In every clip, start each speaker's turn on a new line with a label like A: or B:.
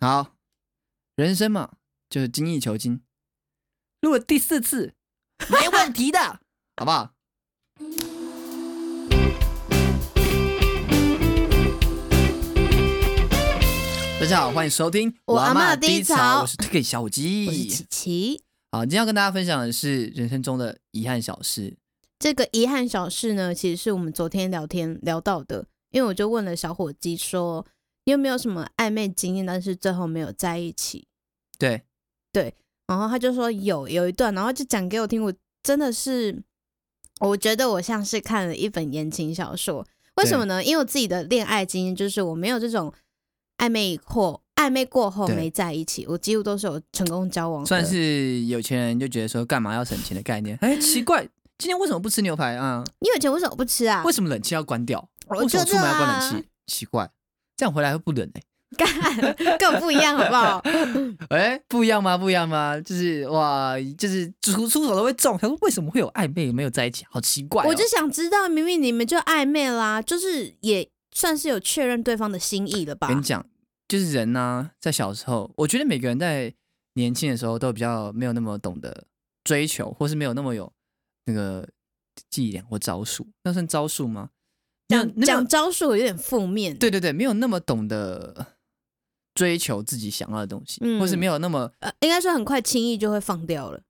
A: 好，人生嘛，就是精益求精。录了第四次，没问题的， 好不好？大家好，欢迎收听
B: 我阿
A: 嬷
B: 嬷低潮
A: 我是 T K 小
B: 我是琪
A: 鸡。
B: 琪。
A: 好，今天要跟大家分享的是人生中的遗憾小事。
B: 这个遗憾小事呢，其实是我们昨天聊天聊到的，因为我就问了小伙计说，你有没有什么暧昧经验，但是最后没有在一起？
A: 对，
B: 然后他就说有有一段，然后就讲给我听，我真的是，我觉得我像是看了一本言情小说。为什么呢？因为我自己的恋爱经验就是我没有这种暧昧或暧昧过后
A: 对
B: 没在一起，我几乎都是有成功交往的，
A: 算是有钱人就觉得说干嘛要省钱的概念。哎，奇怪，今天为什么不吃牛排啊？
B: 你有钱为什么不吃啊？
A: 为什么冷气要关掉？
B: 我
A: 为什么
B: 就
A: 出门要关
B: 这
A: 冷
B: 样 啊
A: 气？奇怪，这样回来会不冷哎、
B: 干，更不一样好不好？
A: 哎，不一样吗？不一样吗？就是哇，就是出出手都会中。他说为什么会有暧昧没有在一起？好奇怪、哦。
B: 我就想知道，明明你们就暧昧啦，就是也算是有确认对方的心意了吧？
A: 跟你讲，就是人呢、在小时候，我觉得每个人在年轻的时候都比较没有那么懂得追求，或是没有那么有那个伎俩或招数。那算招数吗？那
B: 讲
A: 那
B: 讲
A: 么
B: 招数有点负面，
A: 对对对，没有那么懂得追求自己想要的东西，
B: 嗯
A: 或是没有那么
B: 呃，应该说很快轻易就会放掉了，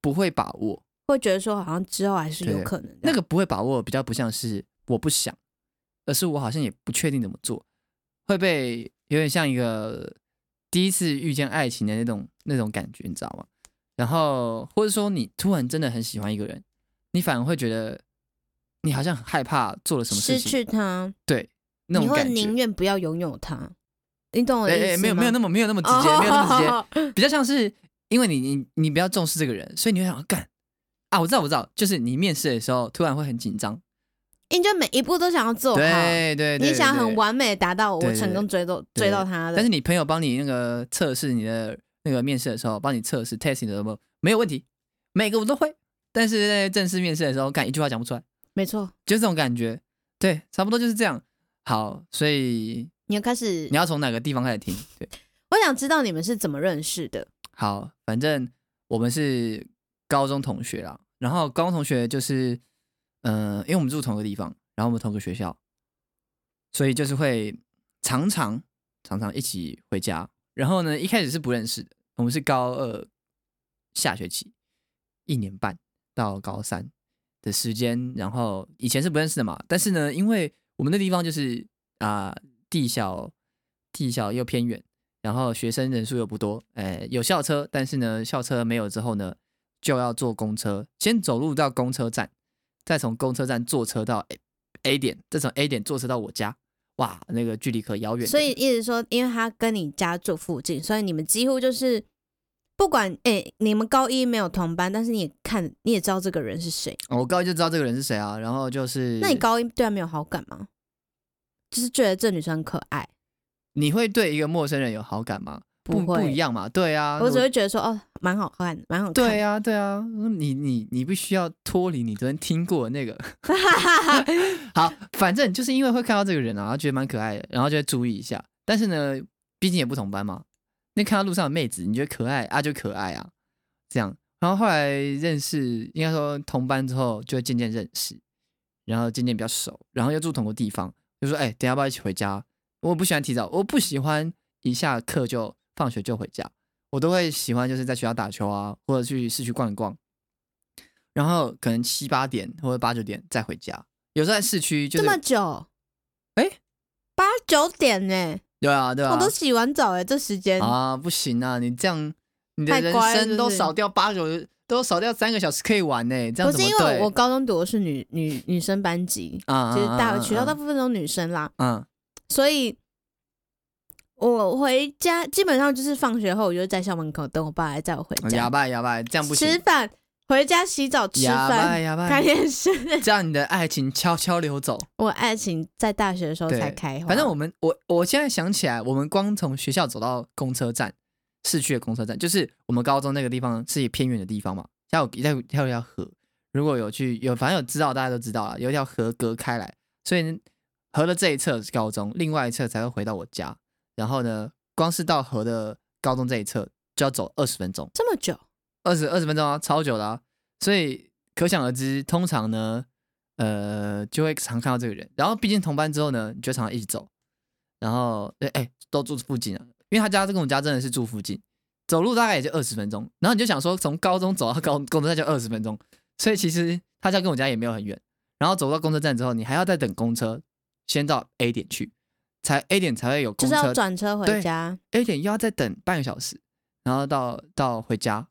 A: 不会把握。
B: 会觉得说好像之后还是有可能的。
A: 那个不会把握比较不像是我不想，而是我好像也不确定怎么做，会被有点像一个第一次遇见爱情的那种那种感觉，你知道吗？然后或者说你突然真的很喜欢一个人，你反而会觉得你好像很害怕做了什么事
B: 失
A: 情，
B: 去他，
A: 对那
B: 你
A: 种
B: 会
A: 感觉
B: 宁。愿不要拥有他，你懂我的
A: 哎
B: 意思吗？哦
A: 哎，没有没有那么没有那么直接，没有那么直接， 比较像是因为你你你比较重视这个人，所以你会想干啊，我知道我知道，就是你面试的时候突然会很紧张，
B: 你就每一步都想要哦做好，
A: 对对对，
B: 你想要
A: 对
B: 很完美的达到
A: 对
B: 我
A: 对
B: 成功追到
A: 对
B: 追到他的，
A: 但是你朋友帮你那个测试你的那个面试的时候，帮你测试 test 你的时候没有问题，每个我都会。但是在正式面试的时候，干一句话讲不出来，
B: 没错，
A: 就这种感觉。对，差不多就是这样。好，所以
B: 你要开始
A: 你，要从哪个地方开始听？对，
B: 我想知道你们是怎么认识的。
A: 好，反正我们是高中同学啦。然后高中同学就是，嗯、因为我们住同一个地方，然后我们同个学校，所以就是会常常常常一起回家。然后呢，一开始是不认识的，我们是高二下学期一年半到高三的时间，然后以前是不认识的嘛。但是呢，因为我们那地方就是啊、地小地小又偏远，然后学生人数又不多，哎，有校车，但是呢，校车没有之后呢，就要坐公车，先走路到公车站，再从公车站坐车到 A, A 点，再从 A 点坐车到我家，哇，那个距离可遥远了。
B: 所以一直说，因为他跟你家住附近，所以你们几乎就是不管哎、你们高一没有同班，但是你也看你也知道这个人是谁。
A: 哦我高一就知道这个人是谁啊，然后就是
B: 那你高一对他没有好感吗？就是觉得这女生很可爱，
A: 你会对一个陌生人有好感吗？不
B: 不会
A: 一样嘛，对啊，
B: 我只会觉得说哦，蛮好看，蛮好看。
A: 对啊，对啊，你你你必须要脱离你昨天听过的那 个。 好，反正就是因为会看到这个人啊，然后觉得蛮可爱的，然后就会注意一下。但是呢，毕竟也不同班嘛，那看到路上的妹子，你觉得可爱啊，就可爱啊，这样。然后后来认识，应该说同班之后，就会渐渐认识，然后渐渐比较熟，然后又住同个地方，就说哎、等一下要不要一起回家？我不喜欢提早，我不喜欢一下课就放学就回家。我都会喜欢就是在学校打球啊，或者去市区逛一逛，然后可能七八点或者八九点再回家。有时候在市区就
B: 这
A: 是
B: 么久，
A: 诶
B: 八九点呢、
A: 对啊对啊
B: 我都洗完澡哎、这时间、
A: 啊不行啊，你这样你的
B: 太
A: 人
B: 乖了
A: 生都
B: 是不是
A: 少掉八九都少掉三个小时可以玩呢、这样
B: 不
A: 怎
B: 是
A: 么
B: 因为
A: 对？
B: 我高中读的是女女女生班级，
A: 啊
B: 就是大学校大
A: 的
B: 部分都是女生啦，
A: 嗯
B: 所以我回家基本上就是放学后，我就在校门口等我爸来载我回
A: 哦哑
B: 家，
A: 巴哑巴这样不
B: 吃
A: 行，
B: 饭，回家洗澡，吃
A: 哑巴
B: 饭，
A: 哑巴
B: 看电视。
A: 这样你的爱情悄悄流走。
B: 我爱情在大学的时候
A: 对
B: 才开花，
A: 反正我们我我现在想起来，我们光从学校走到公车站，市区的公车站，就是我们高中那个地方是一个偏远的地方嘛，还有还有还有一条河，如果有去有反正有知道大家都知道了，有一条河隔开来，所以河的这一侧是高中，另外一侧才会回到我家。然后呢，光是到河的高中这一侧就要走二十分钟，
B: 这么久，
A: 二十二十分钟啊，超久的啊。所以可想而知，通常呢，呃，就会常看到这个人。然后毕竟同班之后呢，你就常常一起走。然后，哎、哎，都住附近啊，因为他家跟我家真的是住附近，走路大概也就二十分钟。然后你就想说，从高中走到高公车站就二十分钟，所以其实他家跟我家也没有很远。然后走到公车站之后，你还要再等公车，先到 A 点去，才 A 点才会有
B: 就
A: 公
B: 是要
A: 车
B: 转车回
A: 对
B: 家，
A: A 点又要再等半个小时，然后到到回家，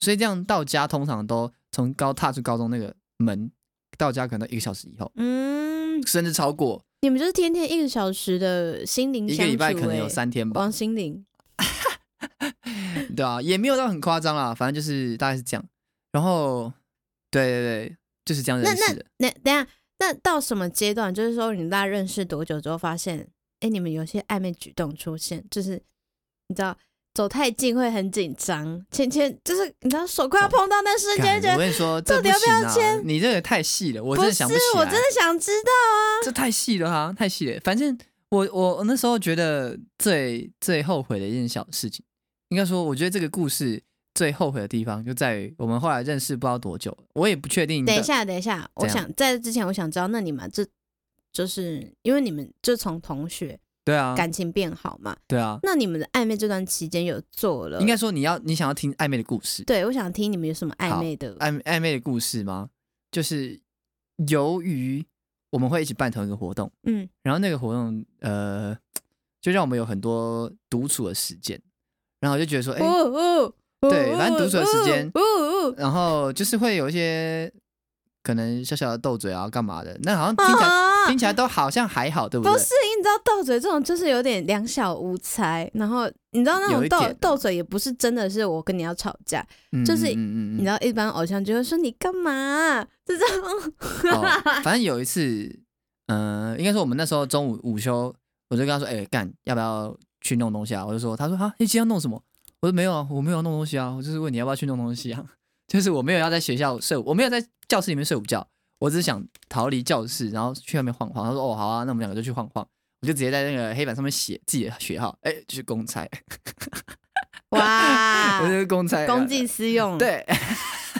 A: 所以这样到家通常都从高踏出高中那个门到家可能一个小时以后，
B: 嗯，
A: 甚至超过
B: 你们就是天天一个小时的心灵
A: 一
B: 相
A: 个
B: 处、欸，哦
A: 礼拜，可能有三天吧，
B: 王心凌，
A: 对啊，也没有到很夸张啦，反正就是大概是这样。然后，对对对，就是这样
B: 那
A: 认识的。
B: 那等一下，那到什么阶段？就是说，你们大家认识多久之后，发现，哎、你们有些暧昧举动出现，就是你知道走太近会很紧张，牵牵，就是你知道手
A: 哦
B: 快要碰到那瞬间，
A: 干
B: 觉得、
A: 我跟你说，这
B: 到底要不
A: 行
B: 要
A: 啊
B: 签
A: 你这个太细了，我真
B: 不
A: 的
B: 是
A: 想，起来。
B: 我真的想知道
A: 这太细了哈，太细了。反正我我我那时候觉得最最后悔的一件小事情，应该说，我觉得这个故事最后悔的地方就在于我们后来认识不知道多久，我也不确定。
B: 等一，下，等一下，
A: 嗯
B: 我
A: 怎样
B: 想在这之前，我想知道，那你们这就是因为你们就从同学
A: 对啊，
B: 感情变好嘛？
A: 对啊，
B: 那你们的暧昧这段期间有做了？
A: 应该说你要你想要听暧昧的故事，
B: 对，我想听你们有什么暧
A: 好哎
B: 昧的
A: 暧暧昧的故事吗？就是由于我们会一起办同一个活动，
B: 嗯
A: 然后那个活动呃，就让我们有很多独处的时间，然后我就觉得说，哎、
B: 哦哦
A: 对反正独处的时间
B: 哦哦
A: 然后就是会有一些可能小小的斗嘴啊，干嘛的？那好像听起来、
B: 啊
A: 听起来都好像还好，对不对？
B: 不是，你知道斗嘴这种就是有点两小无猜，然后你知道那
A: 有
B: 种
A: 一
B: 斗
A: 点啊
B: 斗嘴也不是真的是我跟你要吵架，
A: 嗯
B: 就是
A: 嗯
B: 你知道一般偶像就会说你干嘛啊、这 种，
A: 哦，反正有一次，嗯、应该说我们那时候中午午休，我就跟他说：“哎、干，要不要去弄东西啊？”我就说：“他说啊，你今天要弄什么？”我说：“没有啊，我没有要弄东西啊，我就是问你要不要去弄东西啊。 就是我没有要在学校睡，我没有在教室里面睡午觉，我只是想逃离教室，然后去外面晃晃。”他说：“哦，好啊，那我们两个就去晃晃。”我就直接在那个黑板上面写自己的学号，哎、就是公差，
B: 哇
A: 我 就，是公差，
B: 啊公济私用，，
A: 对，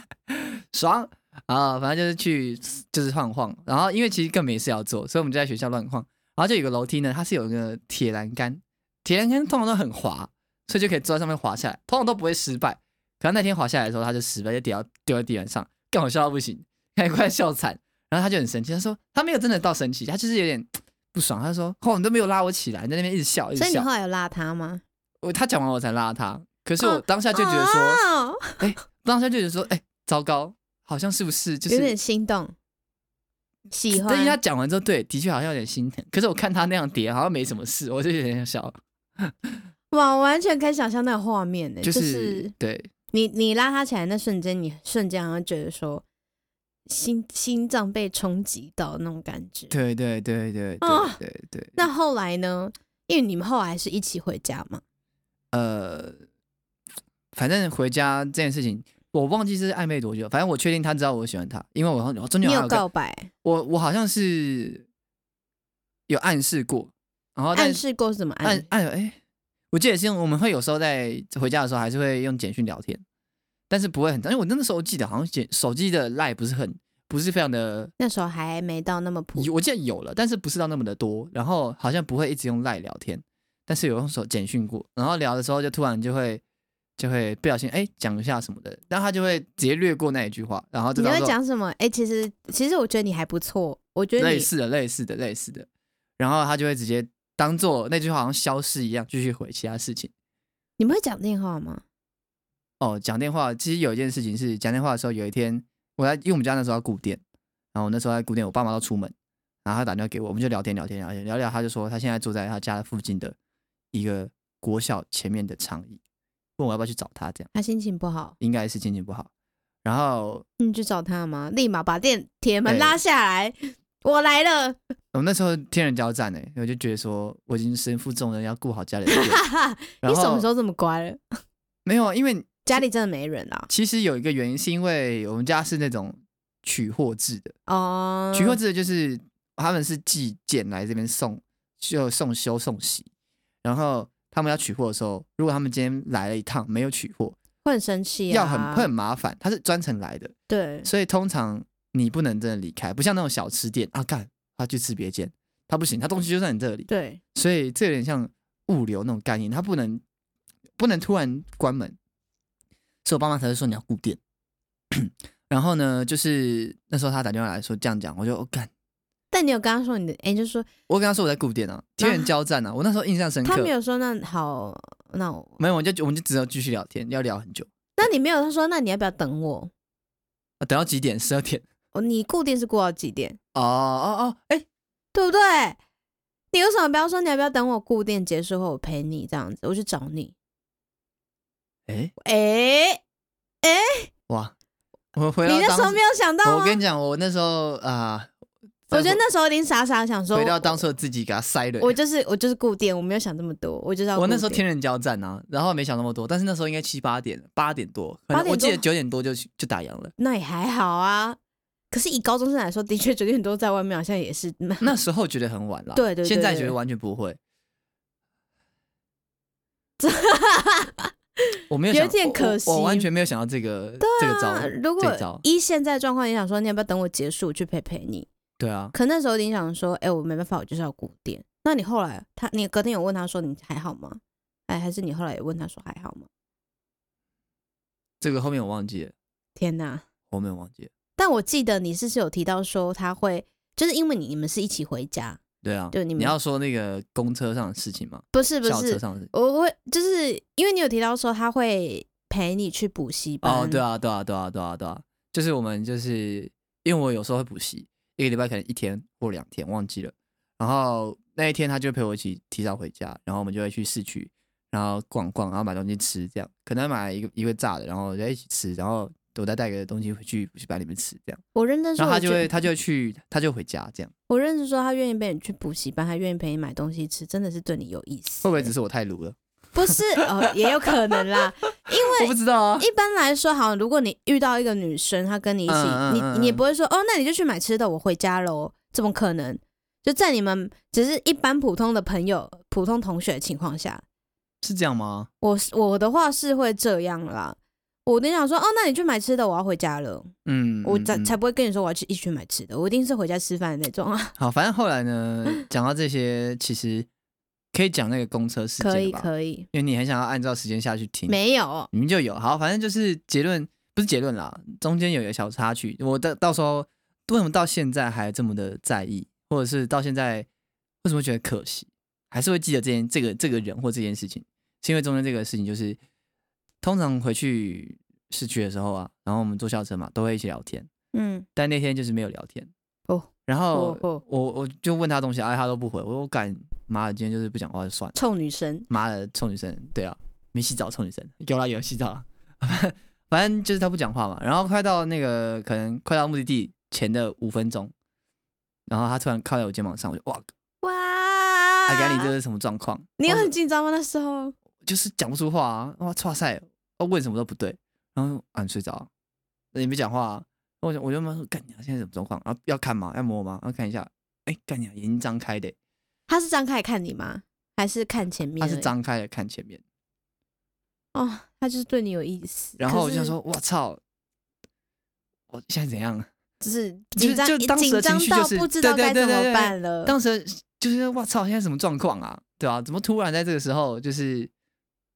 A: 爽啊！反正就是去就是晃晃，然后因为其实更没事要做，所以我们就在学校乱晃。然后就有个楼梯呢，它是有一个铁栏杆，铁栏杆通常都很滑，所以就可以坐在上面滑下来，通常都不会失败。可是那天滑下来的时候，他就失败，就跌到丢在地板上，更好笑到不行，看快笑惨。然后他就很生气，他说他没有真的到生气，他就是有点不爽。他说：“哦，你都没有拉我起来，你在那边一直笑，一直
B: 所以你
A: 笑。
B: 后来有拉他吗？
A: 我”他讲完我才拉他，可是我
B: 哦
A: 当下就觉得说。
B: 哦
A: 当下就觉得说，哎、糟糕，好像是不是就
B: 有
A: 是？
B: 点心动，喜
A: 但是他
B: 欢，
A: 讲完之后，对，的确好像有点心疼。可是我看他那样叠，好像没什么事，我就有点小，
B: 哇，我完全可以想象那个画面呢，
A: 就、
B: 就是是
A: 对
B: 你你拉他起来那瞬间，你瞬间好像觉得说心心脏被冲击到那种感觉。
A: 对对对对
B: 啊
A: 对对对。
B: 那后来呢？因为你们后来是一起回家嘛？
A: 呃，反正回家这件事情，我忘记是暧昧多久，反正我确定他知道我喜欢他，因为我好像我中
B: 你
A: 间好
B: 有
A: 像跟
B: 告白，
A: 我我好像是有暗示过，然后哦但
B: 暗
A: 是
B: 示过是怎么
A: 按
B: 暗？
A: 按哎、我记得是用我们会有时候在回家的时候还是会用简讯聊天，但是不会很长，因为我那时候记得好像简手机的 line 不是很不是非常的，
B: 那时候还没到那么普，
A: 有我啊记得有了，但是不是到那么的多，然后好像不会一直用 line 聊天，但是有用手简讯过，然后聊的时候就突然就会就会不小心哎讲、一下什么的，然后他就会直接略过那一句话，然后就
B: 你
A: 到
B: 会
A: 时候
B: 讲什么？哎、其实其实我觉得你还不错，我觉得
A: 类
B: 你
A: 似的类似的类似的，然后他就会直接当做那句话好像消失一样，继续回其他事情。
B: 你们会讲电话吗？
A: 哦，讲电话，其实有一件事情是讲电话的时候，有一天我在，因为我们家那时候要顾店，然后我那时候在顾店，我爸妈都出门，然后他打电话给我，我们就聊天聊天聊天聊聊，他就说他现在住在他家的附近的一个国小前面的长椅，问我要不要去找他，这样
B: 他心情不好，
A: 应该是心情不好。然后
B: 你去找他吗？立马把电铁门
A: 哎
B: 拉下来，我来了，
A: 我那时候天人交战呢、欸我就觉得说我已经身负重任，要顾好家里的店。
B: 哈哈！
A: 然
B: 你什么
A: 后
B: 时候这么乖了？
A: 没有啊？因为
B: 家里真的没人啊？
A: 其实有一个原因，是因为我们家是那种取货制的。
B: 哦，
A: 取货制的就是他们是寄件来这边送，就送修送洗，然后他们要取货的时候，如果他们今天来了一趟没有取货，
B: 会很生气、啊，
A: 要很会很麻烦。他是专程来的，
B: 对，
A: 所以通常你不能真的离开，不像那种小吃店啊，干他去吃别间，他不行，他东西就在你这里，
B: 对，
A: 所以这有点像物流那种概念，他不能不能突然关门，所以我爸妈才会说你要顾店。 然后呢，就是那时候他打电话来说这样讲，我就哦干、
B: 但你有跟他说你的，哎、就是说
A: 我跟他说我在顾店 啊，天人交战啊，我那时候印象深刻
B: 他。没有说那好，那我，
A: 没有，我就我们就只有继续聊天，要聊很久，
B: 那你没有，他说那你要不要等我？
A: 啊、等到几点？十二点。
B: 哦，你固定是过到几点，
A: 哦哦哦，哎、
B: 对不对？你为什么不要说你要不要等我固定结束后我陪你这样子，我去找你？
A: 哎、
B: 哎、哎、
A: 哇！我回
B: 你
A: 到
B: 那时候
A: 当
B: 没有想到
A: 我
B: 吗？
A: 跟你讲，我那时候啊、
B: 我觉得那时候一定傻傻想说，
A: 回到当初的自己给他塞了。
B: 我就是我就是固定，我没有想这么多，我就知道。
A: 我那时候天人交战啊，然后没想那么多，但是那时候应该七八点，八点多，可
B: 八
A: 能
B: 点多
A: 我记得九点多就去就打烊了。
B: 那也还好啊。可是以高中生来说，的确九点多在外面好像也是 蛮
A: 那时候觉得很晚了，
B: 对对对
A: 现在
B: 对
A: 觉得完全不 会。我没有
B: 有
A: 想
B: 点
A: 我
B: 可惜
A: 我，我完全没有想到这个、这个
B: 啊
A: 招，
B: 如
A: 这招
B: 果，依现在状况，你想说你要不要等我结束去陪陪你？
A: 对啊，
B: 可那时候你想说，哎、我没办法，我就是要古典。那你后来他，你隔天有问他说你还好吗？哎，还是你后来也问他说还好吗？
A: 这个后面我忘记了，
B: 天哪！
A: 后面我忘记了，
B: 但我记得你是是有提到说他会，就是因为你你们是一起回家，
A: 对啊，
B: 对你们
A: 要说那个公车上的事情吗？
B: 不是不
A: 校车
B: 是，
A: 上的事情。
B: 我会就是因为你有提到说他会陪你去补习班，
A: 哦，对啊，对啊，对啊，对啊，对啊，就是我们就是因为我有时候会补习，一个礼拜可能一天或两天忘记了，然后那一天他就陪我一起提早回家，然后我们就会去市区，然后逛逛，然后买东西吃，这样可能买一个一个炸的，然后就一起吃，然后我再带个东西回去补习班里面吃，这样，
B: 我认真说，
A: 然后他就
B: 我觉
A: 会
B: 得
A: 他就会去他就回家，这样
B: 我认识说他愿意陪你去补习班，还愿意陪你买东西吃，真的是对你有意思。
A: 会不会只是我太鲁了？
B: 不是？哦，也有可能啦。
A: 我不知道啊，
B: 一般来说，好像如果你遇到一个女生，她跟你一起，
A: 嗯嗯嗯
B: 你你也不会说哦，那你就去买吃的，我回家喽，怎么可能？就在你们只是一般普通的朋友、普通同学的情况下，
A: 是这样吗？
B: 我是我的话是会这样啦。我跟你讲说，哦，那你去买吃的，我要回家了。
A: 嗯，
B: 我
A: 嗯
B: 才
A: 嗯
B: 才不会跟你说我要去一起去买吃的，我一定是回家吃饭的那 种啊。
A: 好，反正后来呢，讲到这些，其实可以讲那个公车事件
B: 可以
A: 吧
B: 可以，
A: 因为你很想要按照时间下去听，
B: 没有，
A: 你们就有好，反正就是结论不是结论啦，中间有一个小插曲，我到到时候为什么到现在还这么的在意，或者是到现在为什么觉得可惜，还是会记得这件这个这个人或这件事情，是因为中间这个事情就是通常回去市区的时候啊，然后我们坐校车嘛，都会一起聊天，
B: 嗯，
A: 但那天就是没有聊天
B: 哦。
A: 然后
B: 哦哦
A: 我我就问他东西，哎，他都不回，我说我干妈的，今天就是不讲话就算了。
B: 臭女生，
A: 妈的臭女生，对啊，没洗澡臭女生，有啦有洗澡 啦，反正就是她不讲话嘛。然后快到那个可能快到目的地前的五分钟，然后她突然靠在我肩膀上，我就哇，
B: 哇！
A: 阿甘啊你这哦是什么状况？
B: 啊你有
A: 我
B: 很紧张吗？那时候
A: 就是讲不出话啊，哇，哇塞，哦问什么都不对，然后啊你睡着、啊，你没讲话、啊，我就我就问她说干你、啊、现在什么状况？啊要看吗？要摸吗？要看一下，哎干你、啊、眼睛张开的、
B: 他是张开看你吗？还是看前面
A: 她
B: 而已？
A: 是张开的看前面。
B: 哦，他就是对你有意思。
A: 然后我
B: 可
A: 就是想，说，我操，我现在怎样？
B: 就是
A: 就是
B: 紧张，
A: 就当时
B: 紧
A: 的
B: 张
A: 情绪就
B: 到
A: 是
B: 不知道
A: 对
B: 该
A: 对对
B: 怎么
A: 对对
B: 办了。
A: 当时就是我操，现在什么状况啊？对啊，怎么突然在这个时候，就是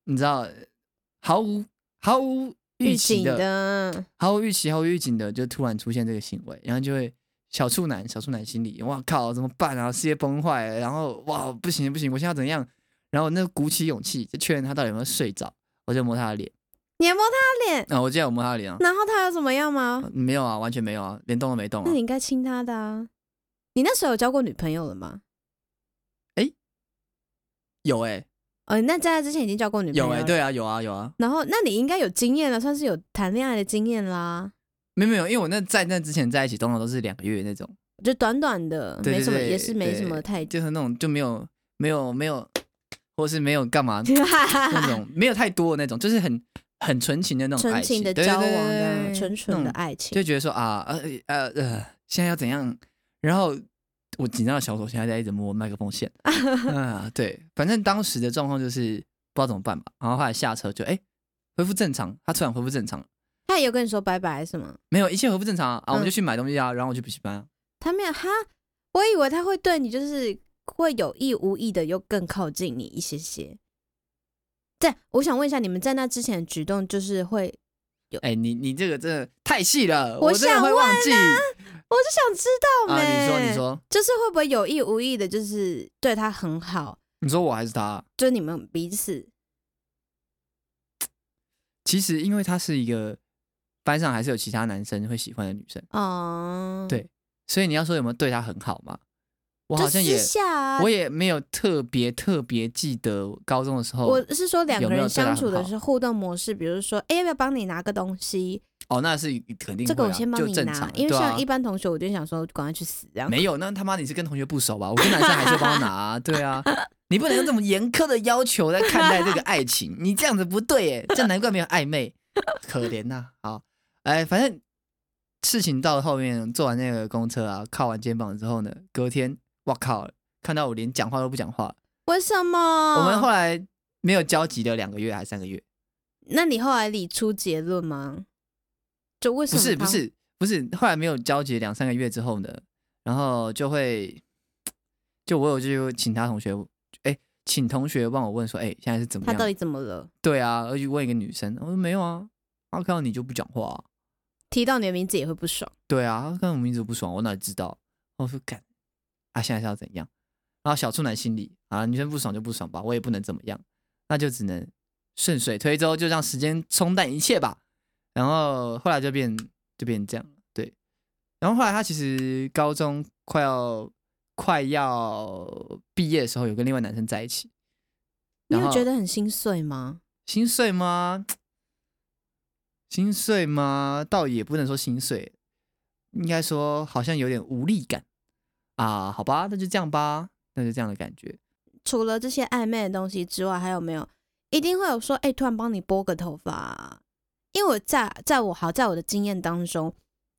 A: 你知道，毫无毫无预
B: 预
A: 期
B: 警
A: 的，
B: 的，
A: 毫无预期、毫无预警的，就突然出现这个行为，然后就会小处男、小处男心里，哇靠，怎么办啊？事业崩坏了，然后哇，不行不行，我现在要怎样？然后我那鼓起勇气，就确认他到底有没有睡着，我就摸他的脸。
B: 你还摸他，
A: 啊，我记得我摸他的脸啊，
B: 然后他有怎么样吗？
A: 没有啊，完全没有啊，连动都没动啊
B: 那。你应该亲他的啊。你那时候有交过女朋友了吗？
A: 有哎、
B: 哦，那在他之前已经交过女朋友
A: 有
B: 了。
A: 哎、对啊，有啊，有啊。
B: 然后，那你应该有经验了，算是有谈恋爱的经验啦，
A: 没有没有，因为我那在那之前在一起，通常都是两个月那种，
B: 就短短的，
A: 对对
B: 没什么，
A: 对
B: 也是没
A: 对
B: 什么太。
A: 就是那种就没有没有没有，或是没有干 嘛那种，没有太多的那种，就是很很纯情的那种爱
B: 纯
A: 情
B: 情的
A: 对
B: 交往
A: 对对对
B: 啊，
A: 对
B: 纯
A: 那
B: 纯的
A: 种
B: 爱情
A: 就。觉得说啊呃呃呃，现在要怎样，然后我紧张的小手现在在一直摸麦克风 线啊。对，反正当时的状况就是不知道怎么办吧。然后后来下车就哎、恢复正常，他突然恢复正常了，
B: 他也有跟你说拜拜是吗？
A: 没有一切恢复正常啊，啊我们
B: 嗯
A: 就去买东西啊，然后我去补习班啊。
B: 他没有哈，我以为他会对你就是会有意无意的又更靠近你一些些。在我想问一下，你们在那之前的举动就是会，
A: 哎、你你这个真的太细了，
B: 我
A: 我真的会忘记
B: 我就想知道
A: 啊。
B: 没、
A: 你说你，说
B: 就是会不会有意无意的，就是对他很好，
A: 你说我还是他？
B: 就你们彼此
A: 其实因为他是一个班上还是有其他男生会喜欢的女生，
B: 哦、
A: 对所以你要说有没有对他很好嘛？我
B: 就
A: 好像也
B: 私下啊、
A: 我也没有特别特别记得高中的时候，
B: 我是说两个
A: 有没有
B: 人
A: 对他
B: 相
A: 很
B: 处的
A: 好
B: 是互动模式，比如说，哎、要不要帮你拿个东西？
A: 哦，那是肯定、啊、
B: 这个我先帮
A: 就
B: 你
A: 正
B: 拿
A: 常，，
B: 因为
A: 对
B: 像一
A: 啊、
B: 般同学，我就想说赶快去死这 样。
A: 没有，那他妈你是跟同学不熟吧？我 跟男生还是帮他拿、啊， 对啊，你不能用这么严苛的要求来看待这个爱情，你这样子不对耶， 这难怪没有暧昧，可怜呐、好，哎，反正事情到了后面，坐完那个公车啊，靠完肩膀之后呢，隔天，我靠，看到我连讲话都不讲话了，
B: 为什么？
A: 我们后来没有交集的两个月还是三个月。
B: 那你后来理出结论吗？就为什
A: 不
B: 么
A: 是不
B: 他
A: 是不是，后来没有交集两三个月之后呢，然后就会，就我有就请他同学，哎、请同学帮我问说，哎、现在是怎么
B: 他到
A: 样？
B: 底怎么了？
A: 对啊，而且问一个女生，我说没有啊，然后看到你就不讲话啊、
B: 提到你的名字也会不爽，
A: 对啊，看到我们一直不爽，我哪知道？我说干，啊，现在是要怎样？然后小处男心里啊，女生不爽就不爽吧，我也不能怎么样，那就只能顺水推舟，就让时间冲淡一切吧。然后后来就变就变这样，对。然后后来他其实高中快要快要毕业的时候，有跟另外男生在一起。
B: 你
A: 然
B: 有
A: 后
B: 觉得很心碎吗？
A: 心碎吗？心碎吗？倒也不能说心碎，应该说好像有点无力感啊。好吧，那就这样吧，那就这样的感觉。
B: 除了这些暧昧的东西之外，还有没有？一定会有说，哎、突然帮你拨个头发啊，因为我在在我好在我的经验当中，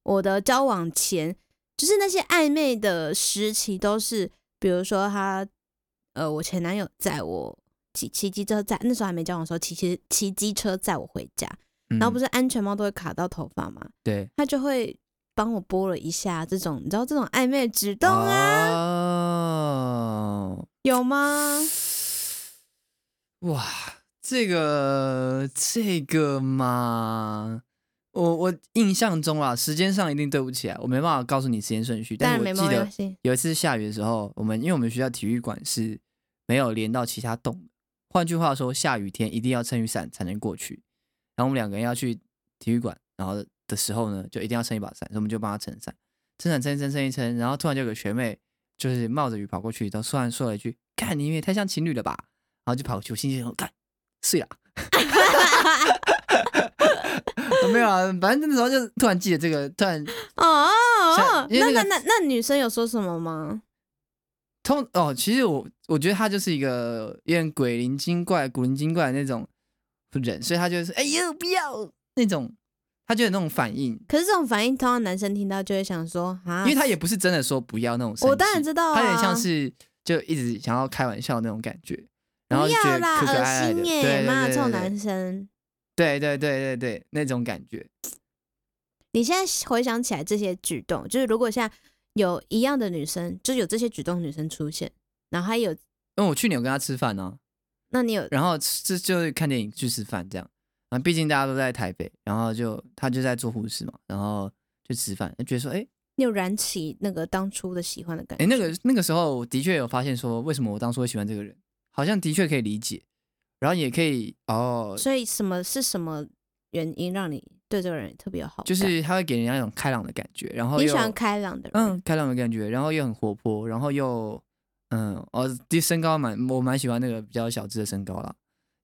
B: 我的交往前，就是那些暧昧的时期，都是比如说他，呃，我前男友载我骑骑机车载，那时候还没交往的时候，骑骑骑机车载我回家，
A: 嗯、
B: 然后不
A: 是
B: 是安全帽都会卡到头发嘛，
A: 对，
B: 他就会帮我拨了一下这种，你知道这种暧昧的举动啊，
A: 哦，
B: 有吗？
A: 哇，这个这个嘛，我我印象中啊，时间上一定对不起啊，我没办法告诉你时间顺序，
B: 当
A: 但
B: 然
A: 是
B: 没啊
A: 我记得
B: 关系，
A: 有一次下雨的时候，我们因为我们学校体育馆是没有连到其他栋的，换句话说，下雨天一定要撑雨伞才能过去。然后我们两个人要去体育馆，然后的时候呢，就一定要撑一把伞，所以我们就帮他撑伞，撑伞撑一撑撑一撑，然后突然就有个学妹就是冒着雨跑过去，然后突然说了一句：“看你们也太像情侣了吧！”然后就跑过去，我心里想：“看，睡啦。”没有啊，反正那时候就突然记得这个，突然
B: 哦，
A: 像因
B: 那
A: 为
B: 那
A: 那个
B: 那那女生有说什么吗？
A: 通哦，其实我我觉得他就是一个有点鬼灵精怪、古灵精怪的那种人，所以他就是哎呦不要那种，他就有那种反应，
B: 可是这种反应，通常男生听到就会想说啊
A: 因为，他也不是真的说不要那种生气，
B: 我当然知道啊，
A: 他有点像是就一直想要开玩笑那种感觉，然后
B: 不
A: 就觉
B: 要
A: 得
B: 啦，
A: 可可爱爱的，
B: 恶心
A: 对
B: 耶，
A: 对
B: 妈，
A: 对
B: 这
A: 对
B: 种
A: 对
B: 男生。
A: 对对对对对那种感觉，
B: 你现在回想起来这些举动，就是如果现在有一样的女生，就是有这些举动的女生出现，然后还有，
A: 因为我去年有跟他吃饭呢、
B: 那你有
A: 然后这就是看电影去吃饭这样。啊，毕竟大家都在台北，然后就他就在做护士嘛，然后就吃饭，就觉得说，哎、
B: 你有燃起那个当初的喜欢的感
A: 哎、
B: 觉？
A: 那个那个时候我的确有发现说，为什么我当初会喜欢这个人，好像的确可以理解，然后也可以哦，
B: 所以什么是什么原因让你对这个人特别有好感？
A: 就是他会给人家一种开朗的感觉，然后
B: 你
A: 又
B: 喜欢开朗的人，
A: 嗯开朗的感觉，然后又很活泼，然后又嗯哦，第身高蛮我蛮喜欢那个比较小只的身高啦，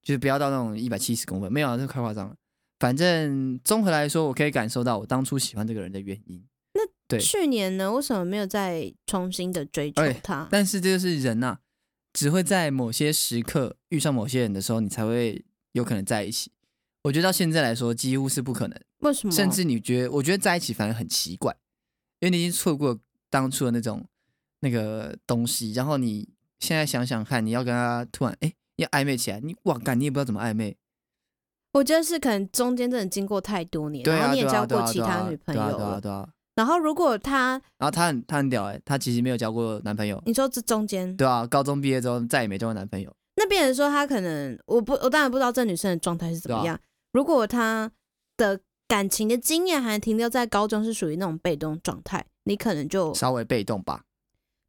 A: 就是不要到那种一百七十公分，没有啊，这太夸张了。反正综合来说，我可以感受到我当初喜欢这个人的原因。对
B: 去年呢，为什么没有再重新的追求
A: 哎
B: 他？
A: 但是这就是人呐、啊只会在某些时刻遇上某些人的时候，你才会有可能在一起。我觉得到现在来说，几乎是不可能，
B: 为什么？
A: 甚至你觉得，我觉得在一起反而很奇怪，因为你已经错过当初的那种那个东西，然后你现在想想看，你要跟他突然哎、诶要暧昧起来，你哇干，你也不知道怎么暧昧，
B: 我觉得是可能中间真的经过太多年，
A: 对
B: 然
A: 啊，
B: 后你也
A: 对啊
B: 交
A: 对
B: 过
A: 啊
B: 其
A: 对啊
B: 他女朋友
A: 对啊对啊
B: 了，
A: 对啊。
B: 然后如果他，
A: 然后他很他很屌哎、他其实没有交过男朋友，
B: 你说这中间
A: 对啊，高中毕业之后再也没交过男朋友，
B: 那边人说他可能，我不，我当然不知道这女生的状态是怎么
A: 对啊
B: 样。如果他的感情的经验还停留在高中，是属于那种被动状态，你可能就
A: 稍微被动吧，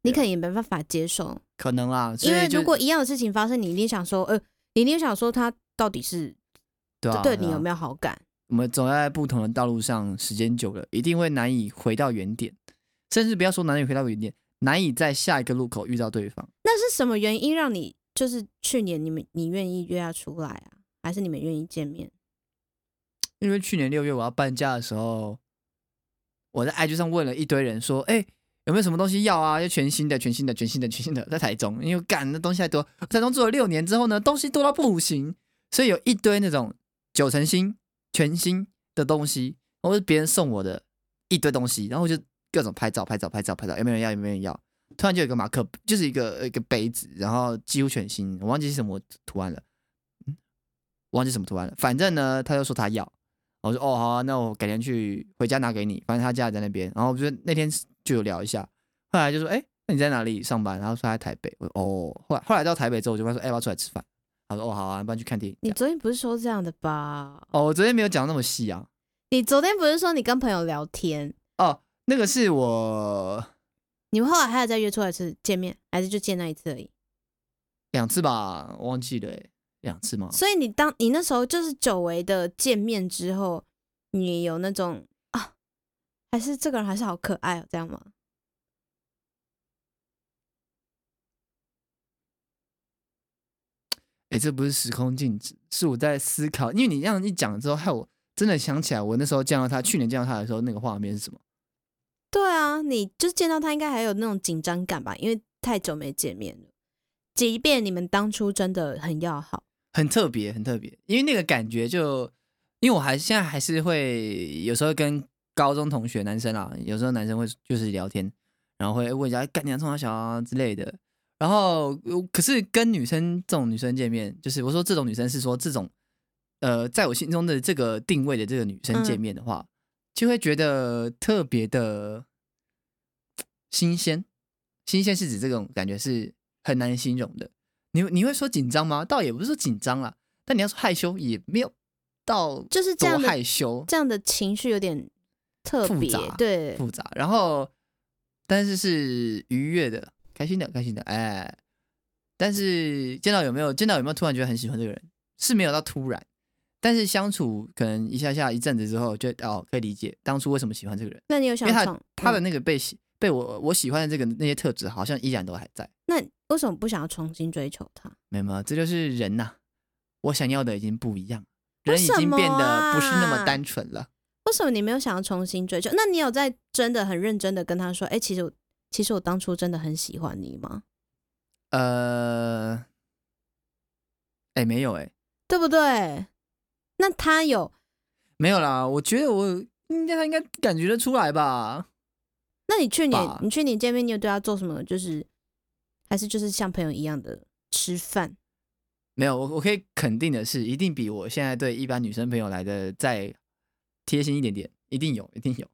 B: 你可能也没办法接受，
A: 可能啊，所
B: 因为
A: 以就
B: 如果一样的事情发生，你一定想说，呃，你一定想说他到底是
A: 对啊，
B: 对你有
A: 啊
B: 没有好感？
A: 我们走在不同的道路上，时间久了，一定会难以回到原点，甚至不要说难以回到原点，难以在下一个路口遇到对方。
B: 那是什么原因让你就是去年你们你愿意约他出来啊？还是你们愿意见面？
A: 因为去年六月我要搬家的时候，我在 IG 上问了一堆人说：“哎、有没有什么东西要啊？要全新的、全新的、全新的、全新的，在台中，因为干那东西太多，台中住了六年之后呢，东西多到不行，所以有一堆那种九成新、全新的东西，然后是别人送我的一堆东西，然后我就各种拍照、拍照、拍照、拍照，有没有人要？有没有人要？突然就有一个马克，就是一个一个杯子，然后几乎全新，我忘记是什么图案了，嗯，忘记什么图案了，反正呢，他就说他要。我说哦好啊、那我改天去回家拿给你，反正他家也在那边。然后我就那天就有聊一下，后来就说哎，那你在哪里上班？然后说他在台北。我说哦，后来后来到台北之后，我就跟他说哎，要不要出来吃饭？他说哦好啊，不然去看电影这
B: 你
A: 样。
B: 昨天不是说这样的吧？
A: 哦，我昨天没有讲那么细啊。
B: 你昨天不是说你跟朋友聊天，
A: 哦，那个是我
B: 你们后来还有再约出来吃见面，还是就见那一次而已？
A: 两次吧，忘记了欸两次吗？
B: 所以你当你那时候就是久违的见面之后，你有那种啊，还是这个人还是好可爱哦，这样吗？
A: 哎，这不是时空静止，是我在思考，因为你这样一讲之后，害我真的想起来，我那时候见到他，去年见到他的时候，那个画面是什么？
B: 对啊，你就是见到他应该还有那种紧张感吧，因为太久没见面了。即便你们当初真的很要好，
A: 很特别，很特别，因为那个感觉就，因为我还现在还是会有时候跟高中同学男生啊，有时候男生会就是聊天，然后会问一下哎干娘冲他小啊之类的，然后呃可是跟女生这种女生见面，就是我说这种女生是说这种，呃，在我心中的这个定位的这个女生见
B: 嗯
A: 面的话，就会觉得特别的新鲜，新鲜是指这种感觉是很难形容的。你你会说紧张吗？倒也不是说紧张啦，但你要说害羞也没有到
B: 就是这
A: 多
B: 样的
A: 害羞
B: 这样的情绪有点特
A: 复
B: 别
A: 杂，
B: 对，
A: 复杂。然后，但是是愉悦的、开心的、开心的，哎。但是见到有没有见到有没有突然觉得很喜欢这个人，是没有到突然，但是相处可能一下下一阵子之后就哦可以理解当初为什么喜欢这个人，
B: 那你有
A: 因
B: 想
A: 为他
B: 创
A: 他的
B: 嗯
A: 那个被喜被我我喜欢的这个那些特质好像依然都还在。
B: 那为什么不想要重新追求他？
A: 没有，没有，这就是人呐、我想要的已经不一样，
B: 为
A: 人已
B: 什
A: 经变
B: 么
A: 得不是那么
B: 啊
A: 单纯了。
B: 为什么你没有想要重新追求？那你有在真的很认真的跟他说，哎、其实我其实我当初真的很喜欢你吗？
A: 呃，哎、没有、哎，
B: 对不对？那他有，
A: 没有啦。我觉得我应该他应该感觉得出来吧。
B: 那你去年
A: 吧
B: 你去年见面，你有对他做什么？就是还是就是像朋友一样的吃饭？
A: 没有，我我可以肯定的是，一定比我现在对一般女生朋友来的再贴心一点点，一定有，一定有。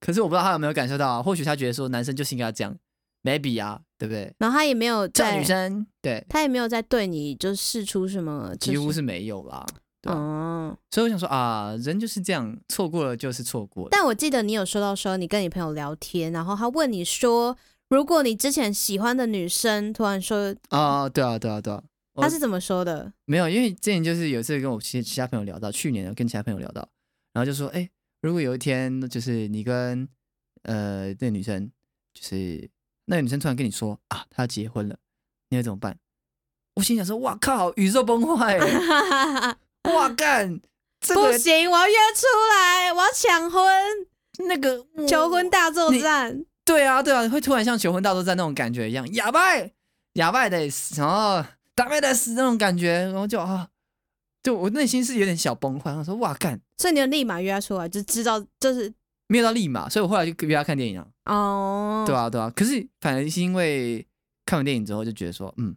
A: 可是我不知道他有没有感受到啊？或许他觉得说男生就是应该要这样，maybe 啊，对不对？
B: 然后他也没有
A: 叫
B: 在
A: 女，生，对，
B: 他也没有在对你就试出什么，就嗯
A: 几乎是没有啦。对吧
B: 哦。
A: 所以我想说啊，人就是这样，错过了就是错过了。
B: 但我记得你有说到说你跟你朋友聊天，然后他问你说，如果你之前喜欢的女生突然说，
A: 啊，对啊，对啊，对啊，我
B: 他是怎么 说的？
A: 没有，因为之前就是有一次跟我其其他朋友聊到，去年跟其他朋友聊到，然后就说，哎、如果有一天就是你跟呃那个女生，就是那个女生突然跟你说啊，她要结婚了，你会怎么办？我心想说，哇靠，宇宙崩坏、欸，哇干，这
B: 不
A: 个
B: 行，我要约出来，我要抢婚，
A: 那个
B: 求婚大作
A: 你
B: 战。
A: 对啊，对啊，会突然像求婚大作战那种感觉一样，哑巴，欸哑巴的，然后打败的死那种感觉，然后就啊，就我内心是有点小崩坏，我说哇干，
B: 所以你就立马约他出来，就知道就是
A: 没有到立马，所以我后来就约他看电影啊，
B: 哦，
A: 对啊，对啊。可是反而是因为看完电影之后就觉得说，嗯，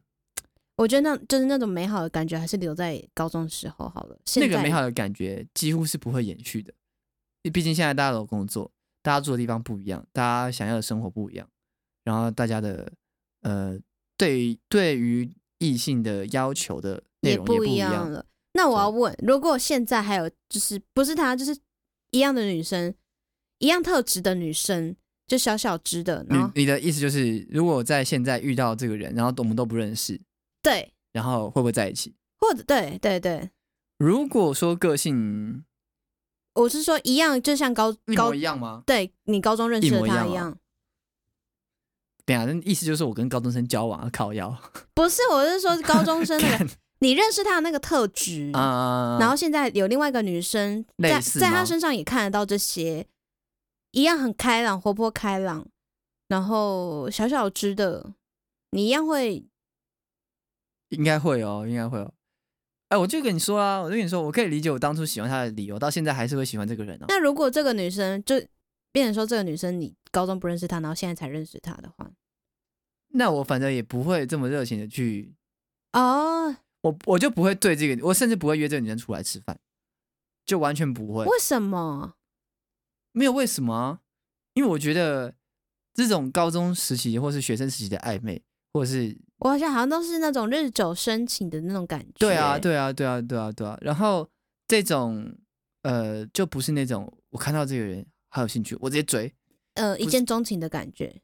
B: 我觉得那就是那种美好的感觉，还是留在高中时候好了。现
A: 那
B: 在
A: 个美好的感觉几乎是不会延续的。毕竟现在大家都有工作，大家住的地方不一样，大家想要的生活不一样，然后大家的呃，对于对于异性的要求的内
B: 也
A: 容也不
B: 不
A: 一
B: 样。了。那我要问，如果现在还有就是不是她，就是一样的女生，一样特质的女生，就小小只的，
A: 你
B: 然后
A: 你的意思就是，如果在现在遇到这个人，然后我们都不认识，
B: 对，
A: 然后会不会在一起？
B: 或者对对对，
A: 如果说个性
B: 我是说一样，就像高
A: 一
B: 高
A: 模一样吗？
B: 对你高中认识
A: 一
B: 的
A: 模一
B: 她
A: 样啊
B: 样。
A: 对啊，那意思就是我跟高中生交往啊靠腰
B: 不是，我是说高中生 那个，你认识她的那个特质，
A: 啊，
B: 然后现在有另外一个女生在
A: 类似
B: 在
A: 吗
B: 她身上也看得到这些，一样很开朗、活泼开朗，然后小小只的，你一样会
A: 应该会哦，应该会哦。哎，我就跟你说啊，我就跟你说，我可以理解我当初喜欢他的理由，到现在还是会喜欢这个人哦。
B: 那如果这个女生就变成说这个女生你高中不认识她，然后现在才认识她的话，
A: 那我反正也不会这么热情的去，
B: 哦，
A: 我我就不会对这个，我甚至不会约这个女生出来吃饭，就完全不会。
B: 为什么？
A: 没有为什么、啊，因为我觉得这种高中时期或是学生时期的暧昧，或者是
B: 我好像好像都是那种日久生情的那种感觉。
A: 对啊，，对啊，对啊，对啊，对啊。然后这种呃，就不是那种我看到这个人还有兴趣，我直接追，
B: 呃，一
A: 不是
B: 见钟情的感觉。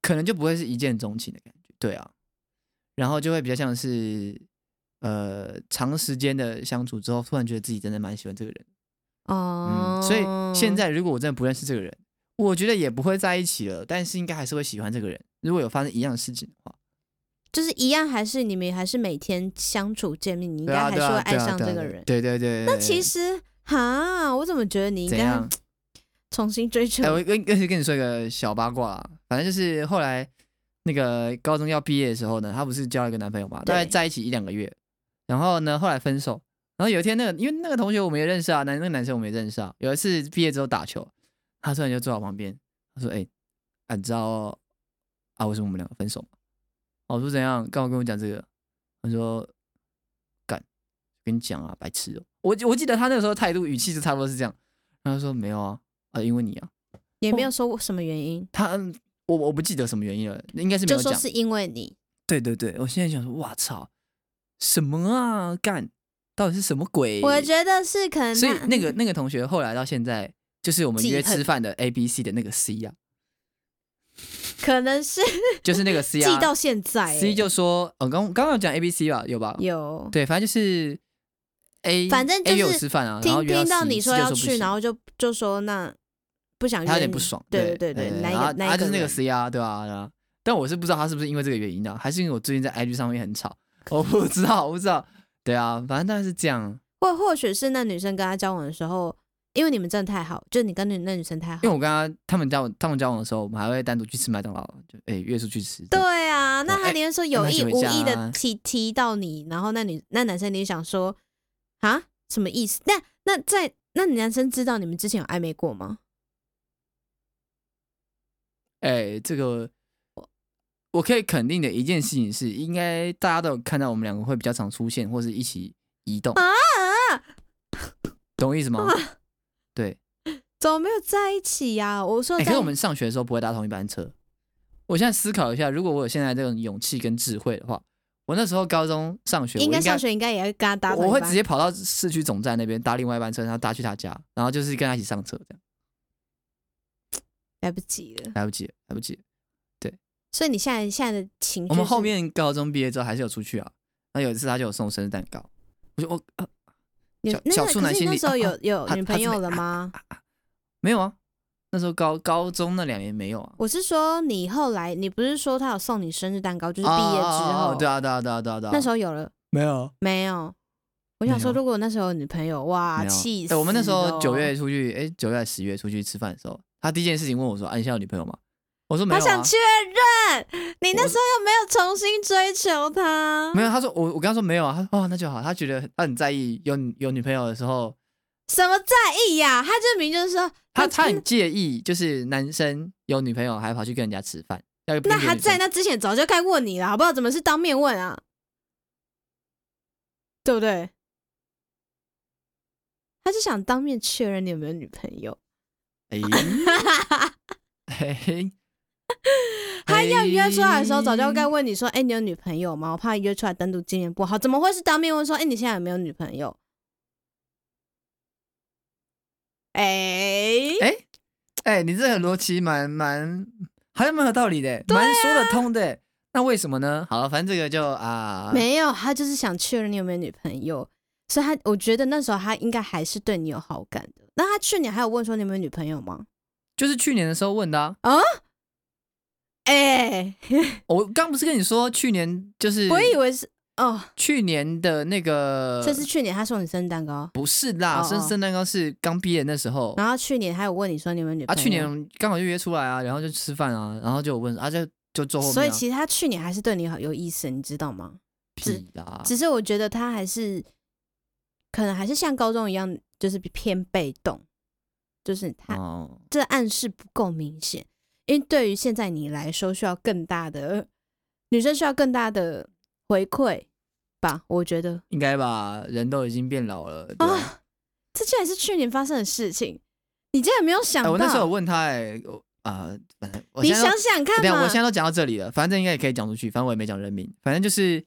A: 可能就不会是一见钟情的感觉，对啊。然后就会比较像是呃，长时间的相处之后，突然觉得自己真的蛮喜欢这个人，
B: 哦、
A: 嗯。所以现在如果我真的不认识这个人，我觉得也不会在一起了，但是应该还是会喜欢这个人。如果有发生一样的事情的话，
B: 就是一样，还是你们还是每天相处见面，你应
A: 对
B: 该
A: 啊，
B: 还是
A: 对
B: 会
A: 啊，
B: 爱
A: 对啊
B: 上
A: 对啊
B: 这个
A: 对啊
B: 人。
A: 对对对。
B: 那其实哈，我怎么觉得你应
A: 怎
B: 该
A: 样？
B: 重新追求
A: 哎、？我跟跟跟你说一个小八卦啊，反正就是后来那个高中要毕业的时候呢，她不是交了一个男朋友嘛，大概
B: 对
A: 在一起一两个月，然后呢后来分手，然后有一天那个因为那个同学我们也认识啊，男那个男生我们也认识啊，有一次毕业之后打球，他突然就坐我旁边，他说：“哎、啊你知道啊为什么我们两个分手吗？”哦我说：“怎样？干嘛跟我讲这个？”他说：“干，跟你讲啊，白痴哦、我记我记得他那个时候态度语气就差不多是这样，然后他说：“没有啊，啊因为你啊。”
B: 也没有说什么原因，
A: 他嗯我我不记得什么原因了，应该是没
B: 就
A: 有
B: 说
A: 讲。
B: 是因为你。
A: 对对对，我现在想说，哇操，什么啊干，到底是什么鬼？
B: 我觉得是可能
A: 所以
B: 他
A: 那个那个同学后来到现在，就是我们
B: 记
A: 约
B: 恨
A: 吃饭的 A B C 的那个 C 呀、
B: 可能是
A: 就是那个 C
B: 记
A: 啊。
B: 到现在欸。
A: C 就说，哦，刚刚刚有讲 A B C 吧，有吧？
B: 有
A: 对，反正就是 A，
B: 反正就
A: A 约我
B: 是
A: 吃饭啊，然后
B: 听
A: 约
B: 听到
A: C，C
B: 你说
A: 就
B: 要
A: 不
B: 去，
A: 行
B: 然后就就说那不想约你，
A: 他有点不爽。
B: 对
A: 对
B: 对对，哪一
A: 然后
B: 个哪
A: 他
B: 一
A: 就是那个
B: 人
A: C 啊，对啊，对啊。但我是不知道他是不是因为这个原因的、还是因为我最 近在 IG 上面很吵，我不知道，我不知道。对啊，反正大概是这样。
B: 或或许是那女生跟他交往的时候，因为你们真的太好，就是你跟那那女生太好
A: 因为。我跟他他们交往他们交往的时候，我们还会单独去吃麦当劳，就哎、约出去吃。
B: 对啊，那
A: 哎
B: 他连说有
A: 那
B: 意
A: 就会这
B: 无
A: 样
B: 意
A: 啊
B: 的提提到你，然后那女那男生你想说啊什么意思？那那在那你男生知道你们之前有暧昧过吗？
A: 哎、这个我可以肯定的一件事情是，应该大家都有看到我们两个会比较常出现，或是一起移动，
B: 啊，
A: 懂我意思 吗？对，
B: 怎么没有在一起呀、我说
A: 哎、
B: 在、
A: 可是我们上学的时候不会搭同一班车。我现在思考一下，如果我有现在这种勇气跟智慧的话，我那时候高中上学，我
B: 应
A: 应
B: 该
A: 该
B: 上学应该也要跟他搭
A: 我
B: 同
A: 会
B: 班
A: 直接跑到市区总站那边搭另外一班车，然后搭去他家，然后就是跟他一起上车，这样
B: 来不及了。
A: 来不及了，来不及了。
B: 哎所以你现在现在的情绪是，
A: 我们后面高中毕业之后还是有出去啊，那有一次他就有送我生日蛋糕，我就我、啊
B: 有
A: 小
B: 那
A: 小
B: 个
A: 处
B: 可
A: 男心
B: 是你那
A: 里
B: 时候
A: 啊
B: 有、
A: 啊
B: 有
A: 他
B: 女
A: 他
B: 朋
A: 是
B: 友
A: 没
B: 了
A: 啊
B: 吗？
A: 没有啊，那时候高高中那两年没有啊，
B: 我是说你后来你不是说他有送你生日蛋糕，就是毕业之
A: 哦
B: 后，
A: 哦哦对啊对啊对啊对啊对啊，
B: 那时候有了。
A: 没有。啊
B: 没有。我想说，
A: 没有
B: 如果那时候有女朋友，
A: 没
B: 哇，
A: 有
B: 气
A: 哎
B: 死、
A: 我们那时候九月，出去，哎、九月还是十月出去吃饭的时候，他第一件事情问我说：“啊，你现在有女朋友吗？”我说：“没
B: 他
A: 有、啊。”
B: 想确认你那时候又没有重新追求他，
A: 没有，他说我我跟他说没有啊，他说哦那就好，他觉得他很在意有有女朋友的时候，
B: 什么在意呀、他这明就是说，
A: 他他很介意，就是男生有女朋友还跑去跟人家吃饭，要
B: 那
A: 逼着
B: 他
A: 女
B: 在
A: 生
B: 那之前早就该问你了，好不好？怎么是当面问啊？对不对？他就想当面确认你有没有女朋友，
A: 哎哎，
B: 他要约出来的时候，早就该
A: 哎
B: 问你说：“哎、你有女朋友吗？”我怕约出来单独见面不好，怎么会是当面问说：“哎、你现在有没有女朋友？”哎、
A: 哎哎，你这个逻辑蛮蛮好像蛮有道理的，
B: 啊
A: 蛮说得通的。那为什么呢？好，反正这个就啊，
B: 没有，他就是想确认你有没有女朋友，所以他我觉得那时候他应该还是对你有好感的。那他去年还有问说你有没有女朋友吗？
A: 就是去年的时候问的啊。
B: 哎、
A: 我刚不是跟你说去年就是呃
B: 我以为是哦，
A: 去年的那个，
B: 这是去年他送你生日蛋糕，
A: 不是啦？
B: 哦
A: 生
B: 哦
A: 生蛋糕是刚毕业那时候
B: 然后去年他有问你说你有没有女
A: 啊，
B: 朋友？
A: 去年刚好就约出来啊，然后就吃饭啊，然后就有问啊，就就坐后面啊，
B: 所以其实他去年还是对你好有意思，你知道吗？
A: 屁啦，
B: 只是我觉得他还是可能还是像高中一样，就是偏被动，就是他
A: 哦，
B: 这暗示不够明显，因为对于现在你来说，需要更大的女生需要更大的回馈吧？我觉得
A: 应该吧，人都已经变老了对吧
B: 啊，这竟然是去年发生的事情，你竟然没有想
A: 哎，
B: 到？
A: 我那时候有问他，哎，我啊，反正我
B: 你
A: 现在
B: 想
A: 都
B: 想看
A: 等一下
B: 嘛，
A: 我现在都讲到这里了，反正应该也可以讲出去，反正我也没讲人名，反正就是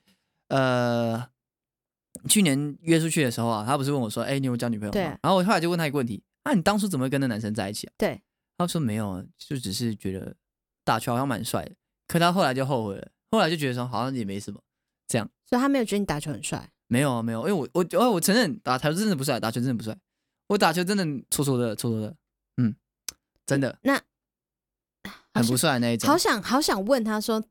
A: 呃，去年约出去的时候啊，他不是问我说，哎，你有交女朋友
B: 对
A: 吗？然后我后来就问他一个问题，那、你当初怎么会跟那男生在一起啊？
B: 对，
A: 他说没有啊，就只是觉得打球好像蛮帅的，可他后来就后悔了，后来就觉得说好像也没什么，
B: 所以他没有觉得你打球很帅，
A: 没有啊，没有，因为我我我我承认打球真的不帅，打球真的不帅，我打球真的戳戳的戳戳的，嗯，真的
B: 好
A: 很不
B: 想
A: 帅那一种
B: 好。想好想问他说，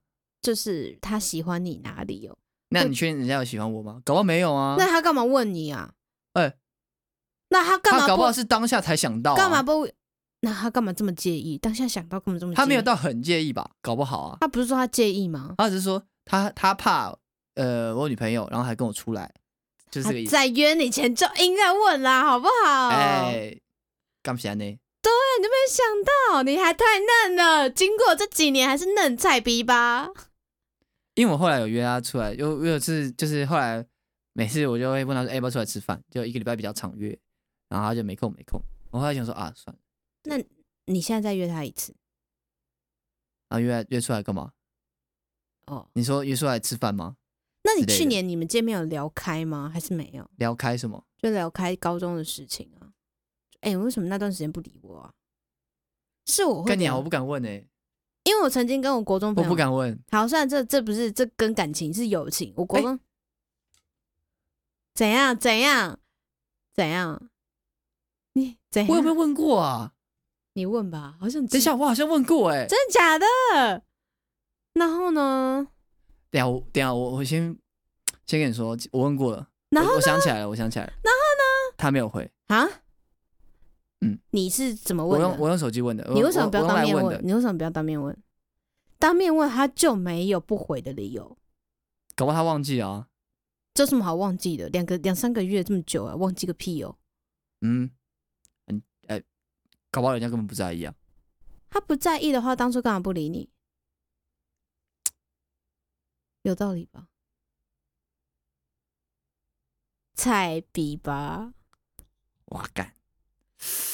B: 就是他喜欢你哪里哦？
A: 那你确定人家有喜欢我吗？搞不好没有啊，
B: 那他干嘛问你啊？
A: 哎
B: 那他干
A: 他
B: 嘛
A: 搞不好
B: 不
A: 是当下才想到、啊，
B: 干嘛？不？那他干嘛这么介意？当下想到干嘛这么介意？
A: 他没有到很介意吧？搞不好啊，
B: 他不是说他介意吗？
A: 他只是说他他怕呃我有女朋友，然后还跟我出来，哦就是
B: 他
A: 这个意思。
B: 在哦约你前就应该问啦，好不好？
A: 哎，干不起来呢。
B: 那你都没想到，你还太嫩了。经过这几年，还是嫩菜 逼吧？
A: 因为我后来有约他出来，有有次就是后来每次我就会问他说，哎、要不要出来吃饭？就一个礼拜比较常约，然后他就没空没空。我后来想说啊，算了，
B: 你现在再约他一次
A: 然后约来约出来干嘛？
B: 哦？
A: 你说约出来吃饭吗？
B: 那你
A: 之类的
B: 去年你们见面有聊开吗？还是没有？
A: 聊开什么？
B: 就聊开高中的事情啊？哎、为什么那段时间不理我啊？是我会
A: 跟你啊，
B: 聊
A: 我不敢问哎、
B: 因为我曾经跟我国中
A: 我
B: 朋友
A: 不。敢问。
B: 好，虽然这这不是这跟感情是友情，我国中、怎样怎样怎样，你怎样？
A: 我有没有问过啊？
B: 你问吧，好像
A: 等一下，我好像问过哎、
B: 真的假的？然后呢？
A: 等一下我等一下我我先先跟你说，我问过了。
B: 然
A: 我我想起来了，我想起来了。然后呢？他没有回，
B: 啊？
A: 嗯，
B: 你是怎么
A: 我
B: 问的？
A: 用我用手机问的。
B: 你为什么不要
A: 呃我我用
B: 当
A: LINE
B: 面
A: 问的？
B: 你为什么不要当面问？当面问他就没有不回的理由，
A: 搞不好他忘记了啊。
B: 这有什么好忘记的？两个两三个月这么久啊，忘记个屁哦！
A: 嗯，嗯，哎、搞不好人家根本不在意啊。
B: 他不在意的话，当初干嘛不理你？有道理吧？菜逼吧！
A: 哇，干！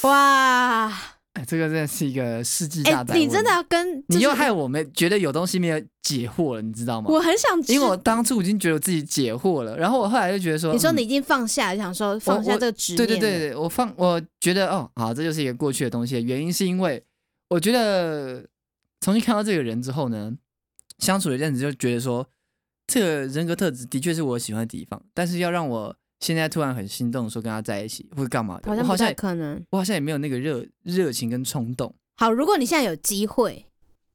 B: 哇，
A: 哎，这个真的是一个世纪
B: 哎、
A: 大灾、
B: 你真的，要跟、
A: 你
B: 就是
A: 又害我们觉得有东西没有解惑了，你知道吗？
B: 我很想知，
A: 因为我当初已经觉得我自己解惑了，然后我后来就觉得说，
B: 你说
A: 嗯
B: 你已经放下，想说放下
A: 我
B: 这个执念
A: 对
B: 了，
A: 对对对，我放，我觉得哦，好，这就是一个过去的东西。原因是因为我觉得重新看到这个人之后呢，相处了一阵子就觉得说，这个人格特质的确是我喜欢的地方，但是要让我现在突然很心动说跟他在一起或者干嘛的，
B: 好像
A: 我
B: 不
A: 好像
B: 太可能。
A: 我好像也没有那个热热情跟冲动。
B: 好，如果你现在有机会，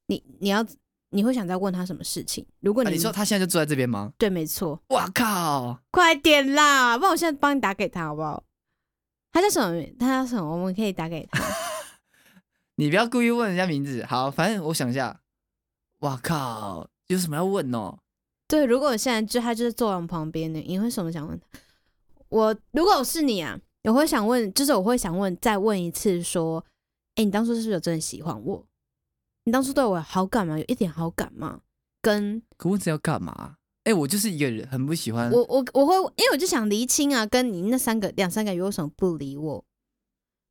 B: 你你要你会想再问他什么事情？如果
A: 啊、
B: 你、
A: 你说他现在就坐在这边吗？
B: 对，没错，
A: 哇靠！
B: 快点啦！不然我现在帮你打给他好不好？他叫什么名？他叫什么？我们可以打给他。
A: 你不要故意问人家名字。好，反正我想一下，哇靠，有什么要问哦？
B: 对，如果我现在就他就是坐在我旁边的，你会什么想问他？我如果我是你啊，也会想问，就是我会想问，再问一次说，哎、你当初是不是有真的喜欢我？你当初对我有好感吗？有一点好感吗？跟
A: 可问这要干嘛？哎、我就是一个人很不喜欢，
B: 我我我会，因为我就想厘清啊，跟你那三个两三个月为什么不理我？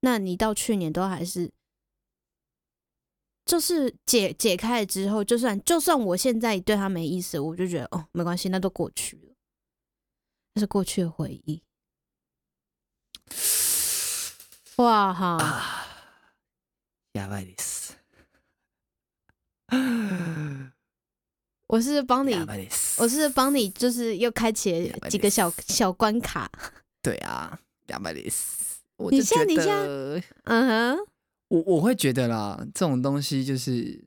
B: 那你到去年都还是，就是解解开了之后，就算就算我现在对他没意思，我就觉得哦，没关系，那都过去了，那是过去的回忆。哇哈！
A: やばいです。
B: 我是帮你
A: や，ばいです。
B: 我是帮你，就是又开启了几个小小关卡。
A: 对啊，やばいです。我
B: 你
A: 就
B: 现在
A: 觉
B: 你现在
A: 得
B: 嗯哼，
A: 我我会觉得啦，这种东西就是，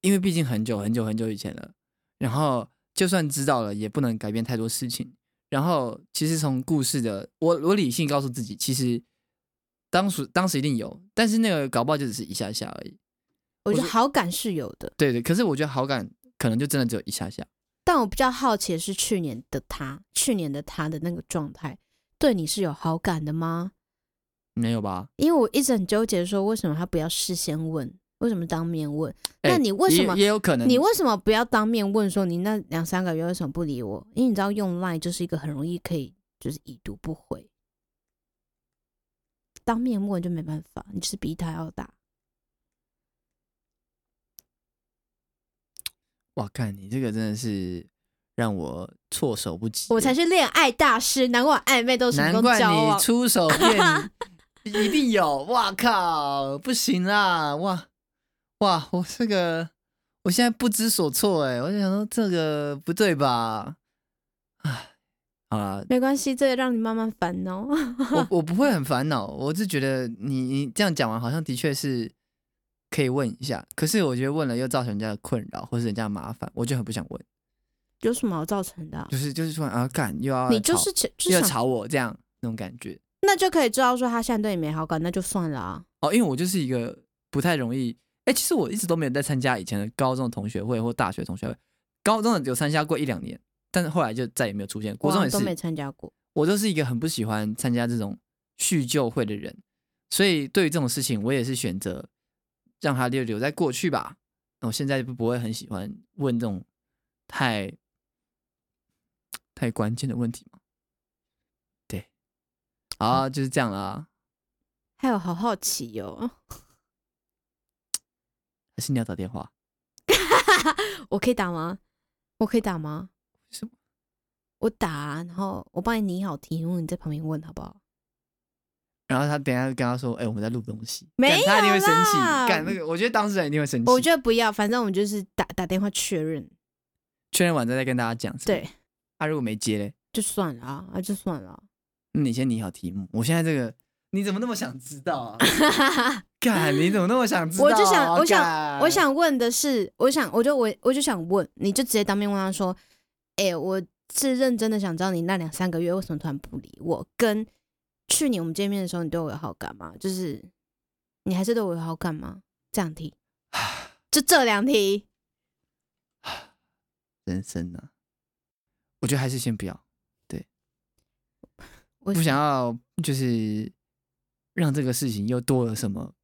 A: 因为毕竟很久很久很久以前了，然后就算知道了，也不能改变太多事情。然后其实从故事的，我我理性告诉自己，其实当时当时一定有，但是那个搞不好就只是一下下而已。
B: 我觉得
A: 我是
B: 好感是有的，
A: 对对，可是我觉得好感可能就真的只有一下下。
B: 但我比较好奇的是去年的他，去年的他的那个状态，对你是有好感的吗？
A: 没有吧？
B: 因为我一直很纠结，说为什么他不要事先问，为什么当面问？
A: 哎
B: 那你为什么
A: 也也有可能？
B: 你为什么不要当面问说你那两三个月为什么不理我？因为你知道用 LINE 就是一个很容易可以就是已读不回，当面问就没办法，你就是比他要大。
A: 哇，看你这个真的是让我措手不及耶。
B: 我才是恋爱大师，难怪我暧昧都成
A: 难
B: 功
A: 怪
B: 交往
A: 你。出 手变一定有，哇靠，不行啦，哇哇，我这个我现在不知所措哎，我就想说这个不对吧，唉，好啦，
B: 没关系，这个让你慢慢烦恼。
A: 我我不会很烦恼，我是觉得你你这样讲完好像的确是可以问一下，可是我觉得问了又造成人家的困扰或是人家的麻烦，我就很不想问，
B: 有什么好造成的啊、
A: 就是就是说啊干又要
B: 你就
A: 吵
B: 是只
A: 又
B: 就
A: 要
B: 想，
A: 吵我这样那种感觉。
B: 那就可以知道说他现在对你没好感，那就算了啊。
A: 哦，因为我就是一个不太容易，哎、其实我一直都没有在参加以前的高中的同学会或大学同学会，高中的有参加过一两年，但是后来就再也没有出现。国中
B: 我
A: 也
B: 都没
A: 是，
B: 参加过。
A: 我都是一个很不喜欢参加这种叙旧会的人，所以对于这种事情，我也是选择让它留留在过去吧。我现在不不会很喜欢问这种太太关键的问题嘛。对，好啊，就是这样啦。
B: 还有，好好奇哦，
A: 还是你要打电话？
B: 我可以打吗？我可以打吗？
A: 什么？
B: 我打啊，然后我帮你拟好题目，你在旁边问好不好？
A: 然后他等一下就跟他说：“哎、我们在录东西。”
B: 没
A: 干他一定会生气
B: 有。啦
A: 干那个，我觉得当事人一定会生气。
B: 我觉得不要，反正我们就是打打电话确认，
A: 确认完再再跟大家讲。是吗，
B: 对，
A: 他、如果没接嘞，
B: 就算了啊，啊就算了啊、
A: 那你先拟好题目。我现在这个，你怎么那么想知道 啊？干，你怎么那么想知道、啊？
B: 我就想我想
A: 干
B: 我，想问的是，我想，我就我我就想问，你就直接当面问他说：“哎、我是认真的想知道你那两三个月为什么突然不理我？跟去年我们见面的时候，你对我有好感吗？就是你还是对我有好感吗？”这样题，就这两题，
A: 人生呢、啊我觉得还是先不要，
B: 我
A: 不想要，就是让这个事情又多了什么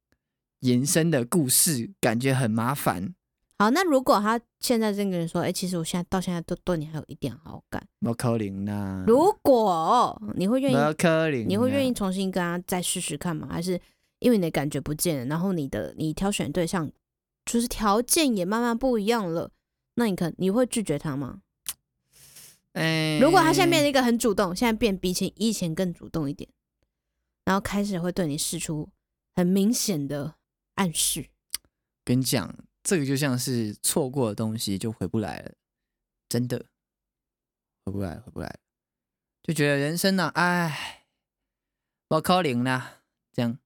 A: 延伸的故事，感觉很麻烦。
B: 好。那如果他现在这个人说：“哎、其实我现在到现在都对你还有一点好感。
A: 不可能啦，
B: 如果你会愿意
A: 啊不可能，
B: 你会愿意？重新跟他再试试看吗？还是因为你的感觉不见了，然后你的你挑选对象就是条件也慢慢不一样了，那你可你会拒绝他吗？
A: 哎、
B: 如果他现在变成一个很主动，现在变比起以前更主动一点，然后开始会对你示出很明显的暗示，
A: 跟你讲，这个就像是错过的东西就回不来了，真的回不来，回不来了，就觉得人生呢、哎，我靠零啦，这样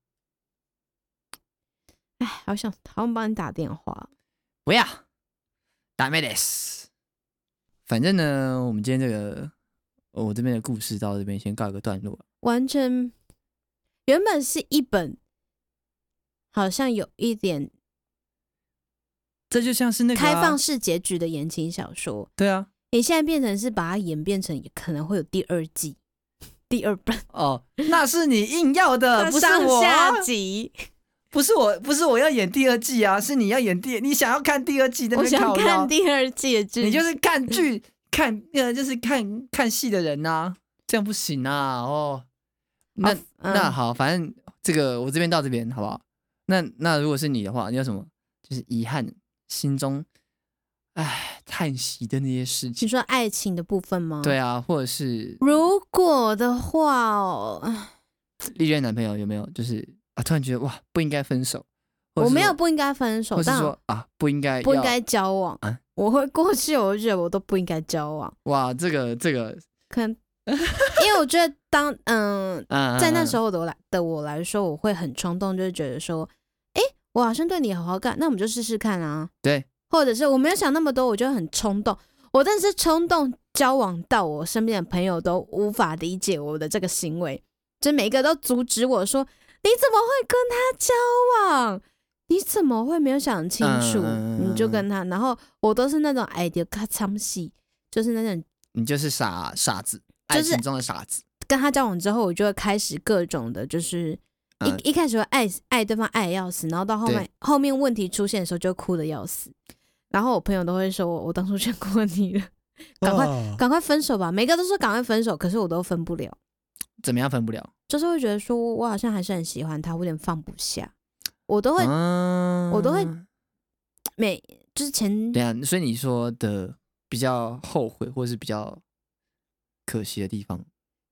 B: 哎，好想好想帮你打电话，
A: 不要，ダメです。反正呢，我们今天这个呃我这边的故事到这边先告一个段落。
B: 完全原本是一本好像有一点
A: 这就像是那个、啊
B: 开放，式结局的言情小说。
A: 对啊，
B: 你现在变成是把它演变成可能会有第二季，第二本，
A: 哦，那是你硬要的，不是
B: 上
A: 我啊，
B: 下集，
A: 不是我，不是我要演第二季啊，是你要演第，你想要看第二季的，
B: 我想看第二季的剧，
A: 你就是看
B: 嗯
A: 剧看呃，就是看看戏的人呐、这样不行啊！哦，那、
B: 哦
A: 那
B: 嗯
A: 好，反正这个我这边到这边好不好？那那如果是你的话，你有什么就是遗憾，心中唉叹息的那些事
B: 你
A: 情？
B: 说爱情的部分吗？
A: 对啊，或者是
B: 如果的话哦，唉
A: 历任男朋友有没有就是啊，突然觉得哇不应该分手，或者
B: 我
A: 是
B: 没有
A: 说，
B: 不应该分手
A: 或，是
B: 但
A: 说啊不应该
B: 不应
A: 要
B: 该交往
A: 啊。
B: 我会过去，我就觉得我都不应该交往，
A: 哇这个这个
B: 可 能因为我觉得当嗯，
A: 嗯
B: 在那时
A: 候
B: 候的我来的我来说，我会很冲动，就是觉得说，哎、我好像对你有好感，那我们就试试看啊。
A: 对，
B: 或者是我没有想那么多，我就很冲动。我但是冲动交往到我身边的朋友都无法理解我的这个行为，就每一个都阻止我说：“你怎么会跟他交往？你怎么会没有想清楚？
A: 嗯
B: 你就跟他。”然后我都是那种哎，就咔嚓戏，就是那种
A: 你就是傻傻子，爱
B: 就是
A: 情中的傻子。
B: 跟他交往之后，我就会开始各种的，就是一、
A: 嗯
B: 一开始会爱爱对方爱的要死，然后到后面
A: 对
B: 后面问题出现的时候就哭的要死，然后我朋友都会说我我当初劝过 你了，赶快赶快分手吧，每个都说赶快分手，可是我都分不了，
A: 怎么样分不了？
B: 就是会觉得说我好像还是很喜欢他，我有点放不下，我都会
A: 嗯，
B: 我都会每、之前
A: 对啊，所以你说的比较后悔或是比较可惜的地方，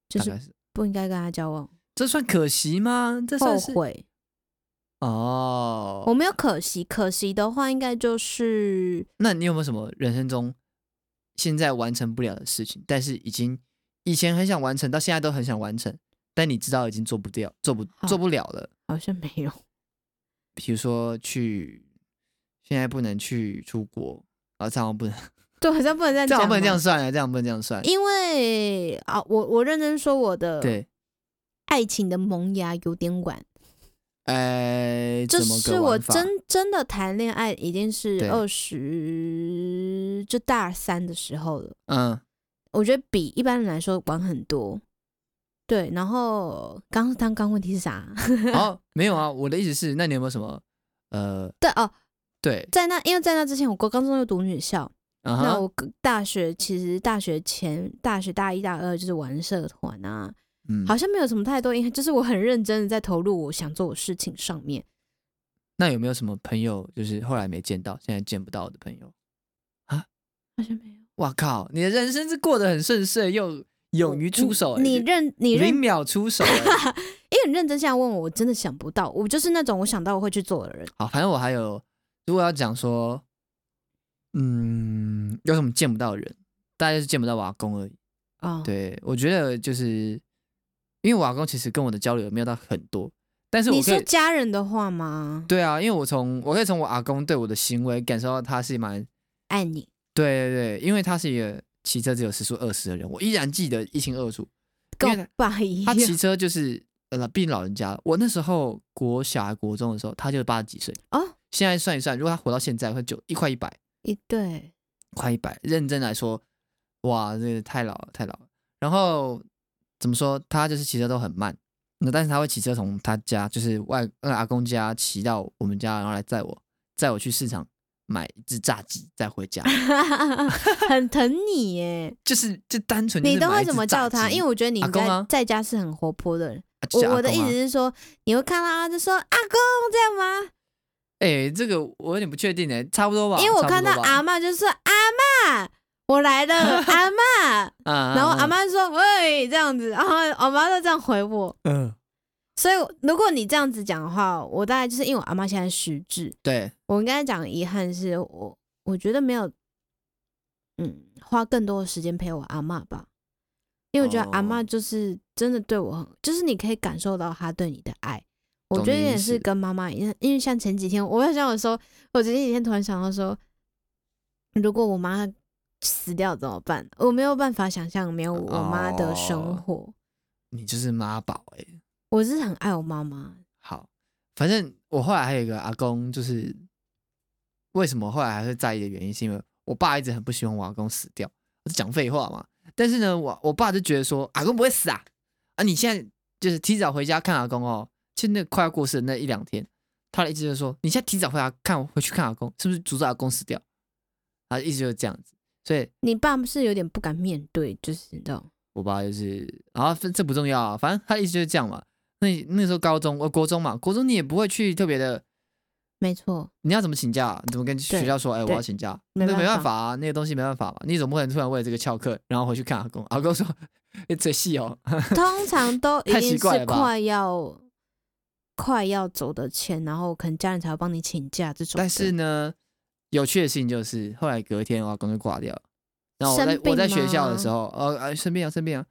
B: 就
A: 大
B: 是
A: 概是
B: 不应该跟他交往，
A: 这算可惜吗？这
B: 后
A: 算是
B: 悔。我
A: 哦。
B: 没有可惜，可惜的话应该就是
A: 那你有没有什么人生中现在完成不了的事情，但是已经以前很想完成，到现在都很想完成，但你知道已经做不掉、做不
B: 好
A: 做不了了？
B: 好像没有。
A: 比如说去现在不能去出国啊，这样不能，
B: 对，好像不能再
A: 这样
B: 讲
A: 不能这
B: 嘛
A: 样算了，啊这样不能这样算。
B: 因为啊，我我认真说，我的
A: 对，
B: 爱情的萌芽有点晚，
A: 呃，
B: 就
A: 怎么
B: 是
A: 个
B: 我
A: 玩法
B: 真真的谈恋爱已经是
A: 对
B: 二十就大三的时候了。
A: 嗯
B: 我觉得比一般人来说晚很多。对，然后刚刚刚问题是啥？
A: 哦，没有啊，我的意思是，那你有没有什么呃，
B: 对哦，
A: 对，
B: 在那因为在那之前，我高高中就读女校，
A: 啊
B: 那
A: 哈，
B: 我大学其实大学前大学大一大二就是玩社团啊，
A: 嗯，
B: 好像没有什么太多影响，就是我很认真的在投入我想做的事情上面。
A: 那有没有什么朋友就是后来没见到，现在见不到的朋友？
B: 好像没有。
A: 哇靠，你的人生是过得很顺遂，又勇于出手、欸，
B: 你
A: 就
B: 认你认，
A: 零
B: 因
A: 秒出手、 欸。
B: 为你认真现在问我，我真的想不到。我就是那种我想到我会去做的人。
A: 好，反正我还有，如果要讲说，嗯，有什么见不到的人，大概就是见不到我阿公而已。
B: 哦，
A: 对，我觉得就是因为我阿公其实跟我的交流没有到很多，但是我
B: 你
A: 可以
B: 说家人的话吗？
A: 对啊，因为我从我可以从我阿公对我的行为感受到他是蛮
B: 爱你，
A: 对对对，因为他是一个骑车只有时速二十的人，我依然记得一清二楚。因
B: 跟
A: 为
B: 我爸一
A: 他
B: 样。
A: 骑车就是呃，毕竟老人家，我那时候国小还国中的时候，他就八十几岁
B: 哦，
A: 现在算一算，如果他活到现在，会九一块一百，
B: 一 对，
A: 快一百。认真来说，哇，这个太老了，太老了。然后怎么说，他就是骑车都很慢，那但是他会骑车从他家，就是外呃阿公家骑到我们家，然后来载我，载我去市场买一只炸鸡，再回家。
B: 很疼你耶。
A: 就是就单纯
B: 你都会怎么叫他？因为
A: 我
B: 我觉得你
A: 阿
B: 应
A: 公
B: 该
A: 啊
B: 在家是很活泼的人。我我的意思，是说，你会看到他就说阿公这样吗？
A: 哎、这个我有点不确定哎、差不多吧。
B: 因为我
A: 差不
B: 看到
A: 多吧啊
B: 阿嬷就说阿嬷，我来了， 阿嬷。
A: 啊，
B: 然后阿
A: 妈，
B: 妈说：“喂，这样子。”然后阿妈就这样回我。
A: 嗯，
B: 所以如果你这样子讲的话，我大概就是因为我阿妈现在失智，
A: 对，
B: 我应该讲的遗憾是我我觉得没有，嗯，花更多的时间陪我阿妈吧，因为我觉得阿妈
A: 哦
B: 就是真的对我很，就是你可以感受到她对你的爱。我
A: 懂
B: 觉得
A: 你意
B: 也是
A: 思
B: 跟妈妈一样，因为像前几天，我要想我说，我前几天突然想到说，如果我妈死掉怎么办？我没有办法想象没有我妈的生
A: 哦
B: 活。
A: 你就是妈宝哎、
B: 我是很爱我妈妈，
A: 好，反正我后来还有一个阿公，就是为什么后来还会在意的原因，是因为我爸一直很不喜欢我阿公死掉，我是讲废话嘛。但是呢，我我爸就觉得说，阿公不会死啊，啊，你现在就是提早回家看阿公哦，就那快要过世的那一两天，他的意思就是说，你现在提早回家看回去看阿公，是不是阻止阿公死掉？他一直就是这样子，所以
B: 你爸是有点不敢面对，就是你知道，
A: 我爸就是啊，分这不重要啊，反正他的意思就是这样嘛。那那时候高中，呃，国中嘛，国中你也不会去特别的，
B: 没错，
A: 你要怎么请假？你怎么跟学校说？哎、我要请假，
B: 没
A: 那
B: 办
A: 没办
B: 法
A: 法啊，那个东西没办法嘛。你总不可能突然为了这个翘课，然后回去看阿公，阿公说：“哎，这戏哦，
B: 嗯 通常都一
A: 太
B: 定
A: 奇怪
B: 是
A: 了吧
B: 快要快要走的前，然后可能家人才会帮你请假这种的。
A: 但是呢，有趣的事情就是，后来隔天我阿公就挂掉了。然后我
B: 生
A: 在我在
B: 病
A: 学校的时
B: 吗
A: 候，呃，呃生病啊，生病啊。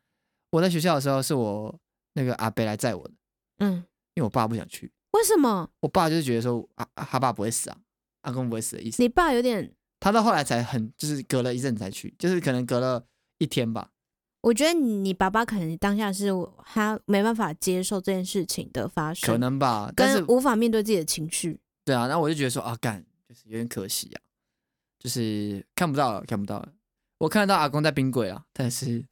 A: 我在学校的时候是我那个阿伯来载我的，
B: 嗯，
A: 因为我爸不想去。
B: 为什么
A: 我爸就是觉得说，啊，啊他爸不会死啊，阿公不会死的意思。
B: 你爸有点？
A: 他到后来才很，就是隔了一阵才去，就是可能隔了一天吧。
B: 我觉得你爸爸可能当下是他没办法接受这件事情的发生，
A: 可能吧，但是
B: 跟无法面对自己的情绪。
A: 对啊，然后我就觉得说啊，干就是有点可惜啊，就是看不到了，看不到了。我看得到阿公在冰柜啊，但是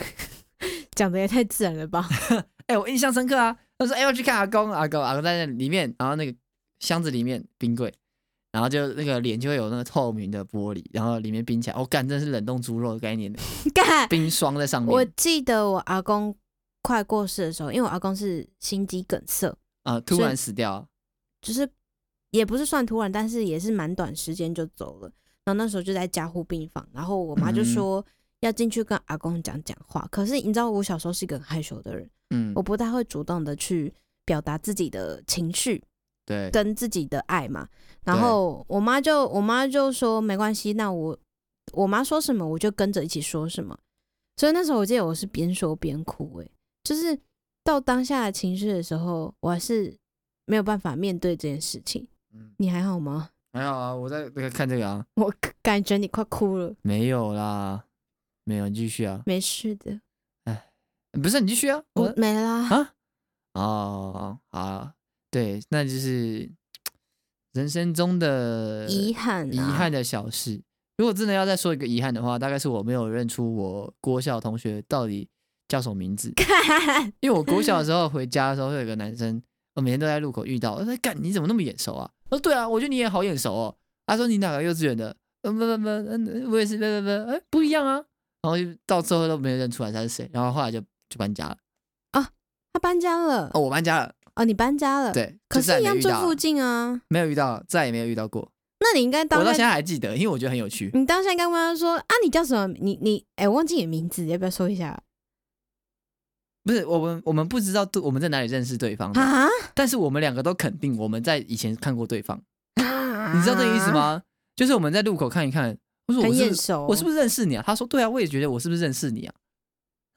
B: 讲的也太自然了 吧？
A: 哎、我印象深刻啊。他说哎、要去看阿公，阿公阿公在那里面，然后那个箱子里面冰柜，然后就那个脸就会有那个透明的玻璃，然后里面冰起来。我、干，真是冷冻猪肉的概念，
B: 干！
A: 冰霜在上面。
B: 我记得我阿公快过世的时候，因为我阿公是心肌梗塞，
A: 啊、突
B: 所以
A: 然死掉啊，
B: 就是也不是算突然，但是也是蛮短时间就走了。然后那时候就在加护病房，然后我妈就
A: 嗯
B: 说要进去跟阿公讲讲话。可是你知道，我小时候是一个很害羞的人，
A: 嗯
B: 我，不太会主动的去表达自己的情绪
A: 对，
B: 跟自己的爱嘛。然
A: 对
B: 后我妈就我妈就说没关系，那我我妈说什么我就跟着一起说什么。所以那时候我记得我是边说边哭、欸，就是到当下的情绪的时候，我还是没有办法面对这件事情。
A: 嗯，
B: 你还好吗？
A: 还好啊，我在那个看这个啊，
B: 我感觉你快哭了。
A: 没有啦，没有，你继续啊，
B: 没事的，
A: 不是你继续啊，我
B: 我没啦。
A: 啊，哦，好，对，那就是人生中的
B: 遗憾、啊，，
A: 遗憾。的小事。如果真的要再说一个遗憾的话，大概是我没有认出我国小同学到底叫什么名字
B: 看，
A: 因为我国小 的时候回家的时候会有个男生，我每天都在路口遇到，我说干你怎么那么眼熟啊？我说对啊，我觉得你也好眼熟哦。他说你哪个幼稚园的？嗯不不不，嗯我也是不不不，哎不一样啊。然后就到最后都没有认出来他是谁，然后后来就就搬家了。
B: 他搬家了。
A: 哦，我搬家了，
B: 哦，你搬家了。。
A: 对，
B: 可
A: 就再
B: 是，
A: 也
B: 一样
A: 没遇
B: 住
A: 到
B: 附
A: 了
B: 近啊。
A: 没有遇到，再也没有遇到过。
B: 那你应该
A: 我
B: 当
A: 到现
B: 下，
A: 在还记得，因为我觉得很有趣。
B: 你当下应该问他说啊，你叫什么？你你，哎、我忘记你的名字，要不要说一下？
A: 不是我们，我们不知道对我们在哪里认识对方的，
B: 啊？
A: 但是我们两个都肯定我们在以前看过对方。你知道这个意思？吗？就是我们在路口看一看，我说我
B: 啊很
A: 是
B: 眼
A: 不是
B: 熟。
A: 我是不是认识你啊？他说对啊，我也觉得我是不是认识你啊？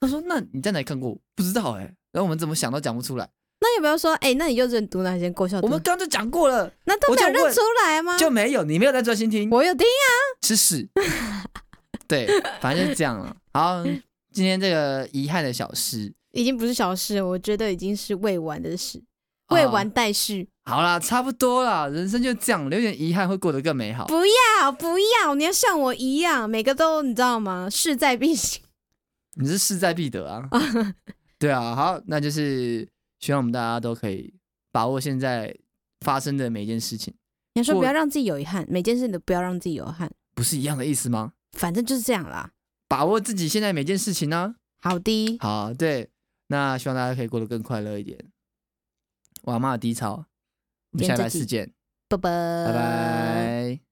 A: 他说那你在哪里看过？不知道哎、然后我们怎么想都讲不出来。
B: 那要不要说，哎、那你幼稚园读哪间国校读
A: 我
B: 哪？
A: 们刚刚就讲过了，
B: 难道
A: 我
B: 没有
A: 就
B: 认
A: 问
B: 出来吗？
A: 就没有，你没有在专心听。
B: 啊我有听
A: 吃屎。 对，反正就是这样了。好，今天这个遗憾的小事，
B: 已经不是小事，我觉得已经是未完的事，
A: 啊
B: 未完待续。
A: 好啦，差不多啦，人生就这样，留点遗憾会过得更美好。
B: 不要啊不要，你要像我一样，每个都你知道吗？势在必行。
A: 你是势在必得啊。对啊，好，那就是希望我们大家都可以把握现在发生的每件事情，
B: 你说
A: 我
B: 不要让自己有遗憾，每件事你都不要让自己有遗憾，
A: 不是一样的意思吗？
B: 反正就是这样啦。
A: 把握自己现在每件事情呢、
B: 好的，
A: 好，对，那希望大家可以过得更快乐一点。我阿妈低潮，我们下礼拜
B: 点自己
A: 四见，
B: 拜拜，
A: 拜。拜。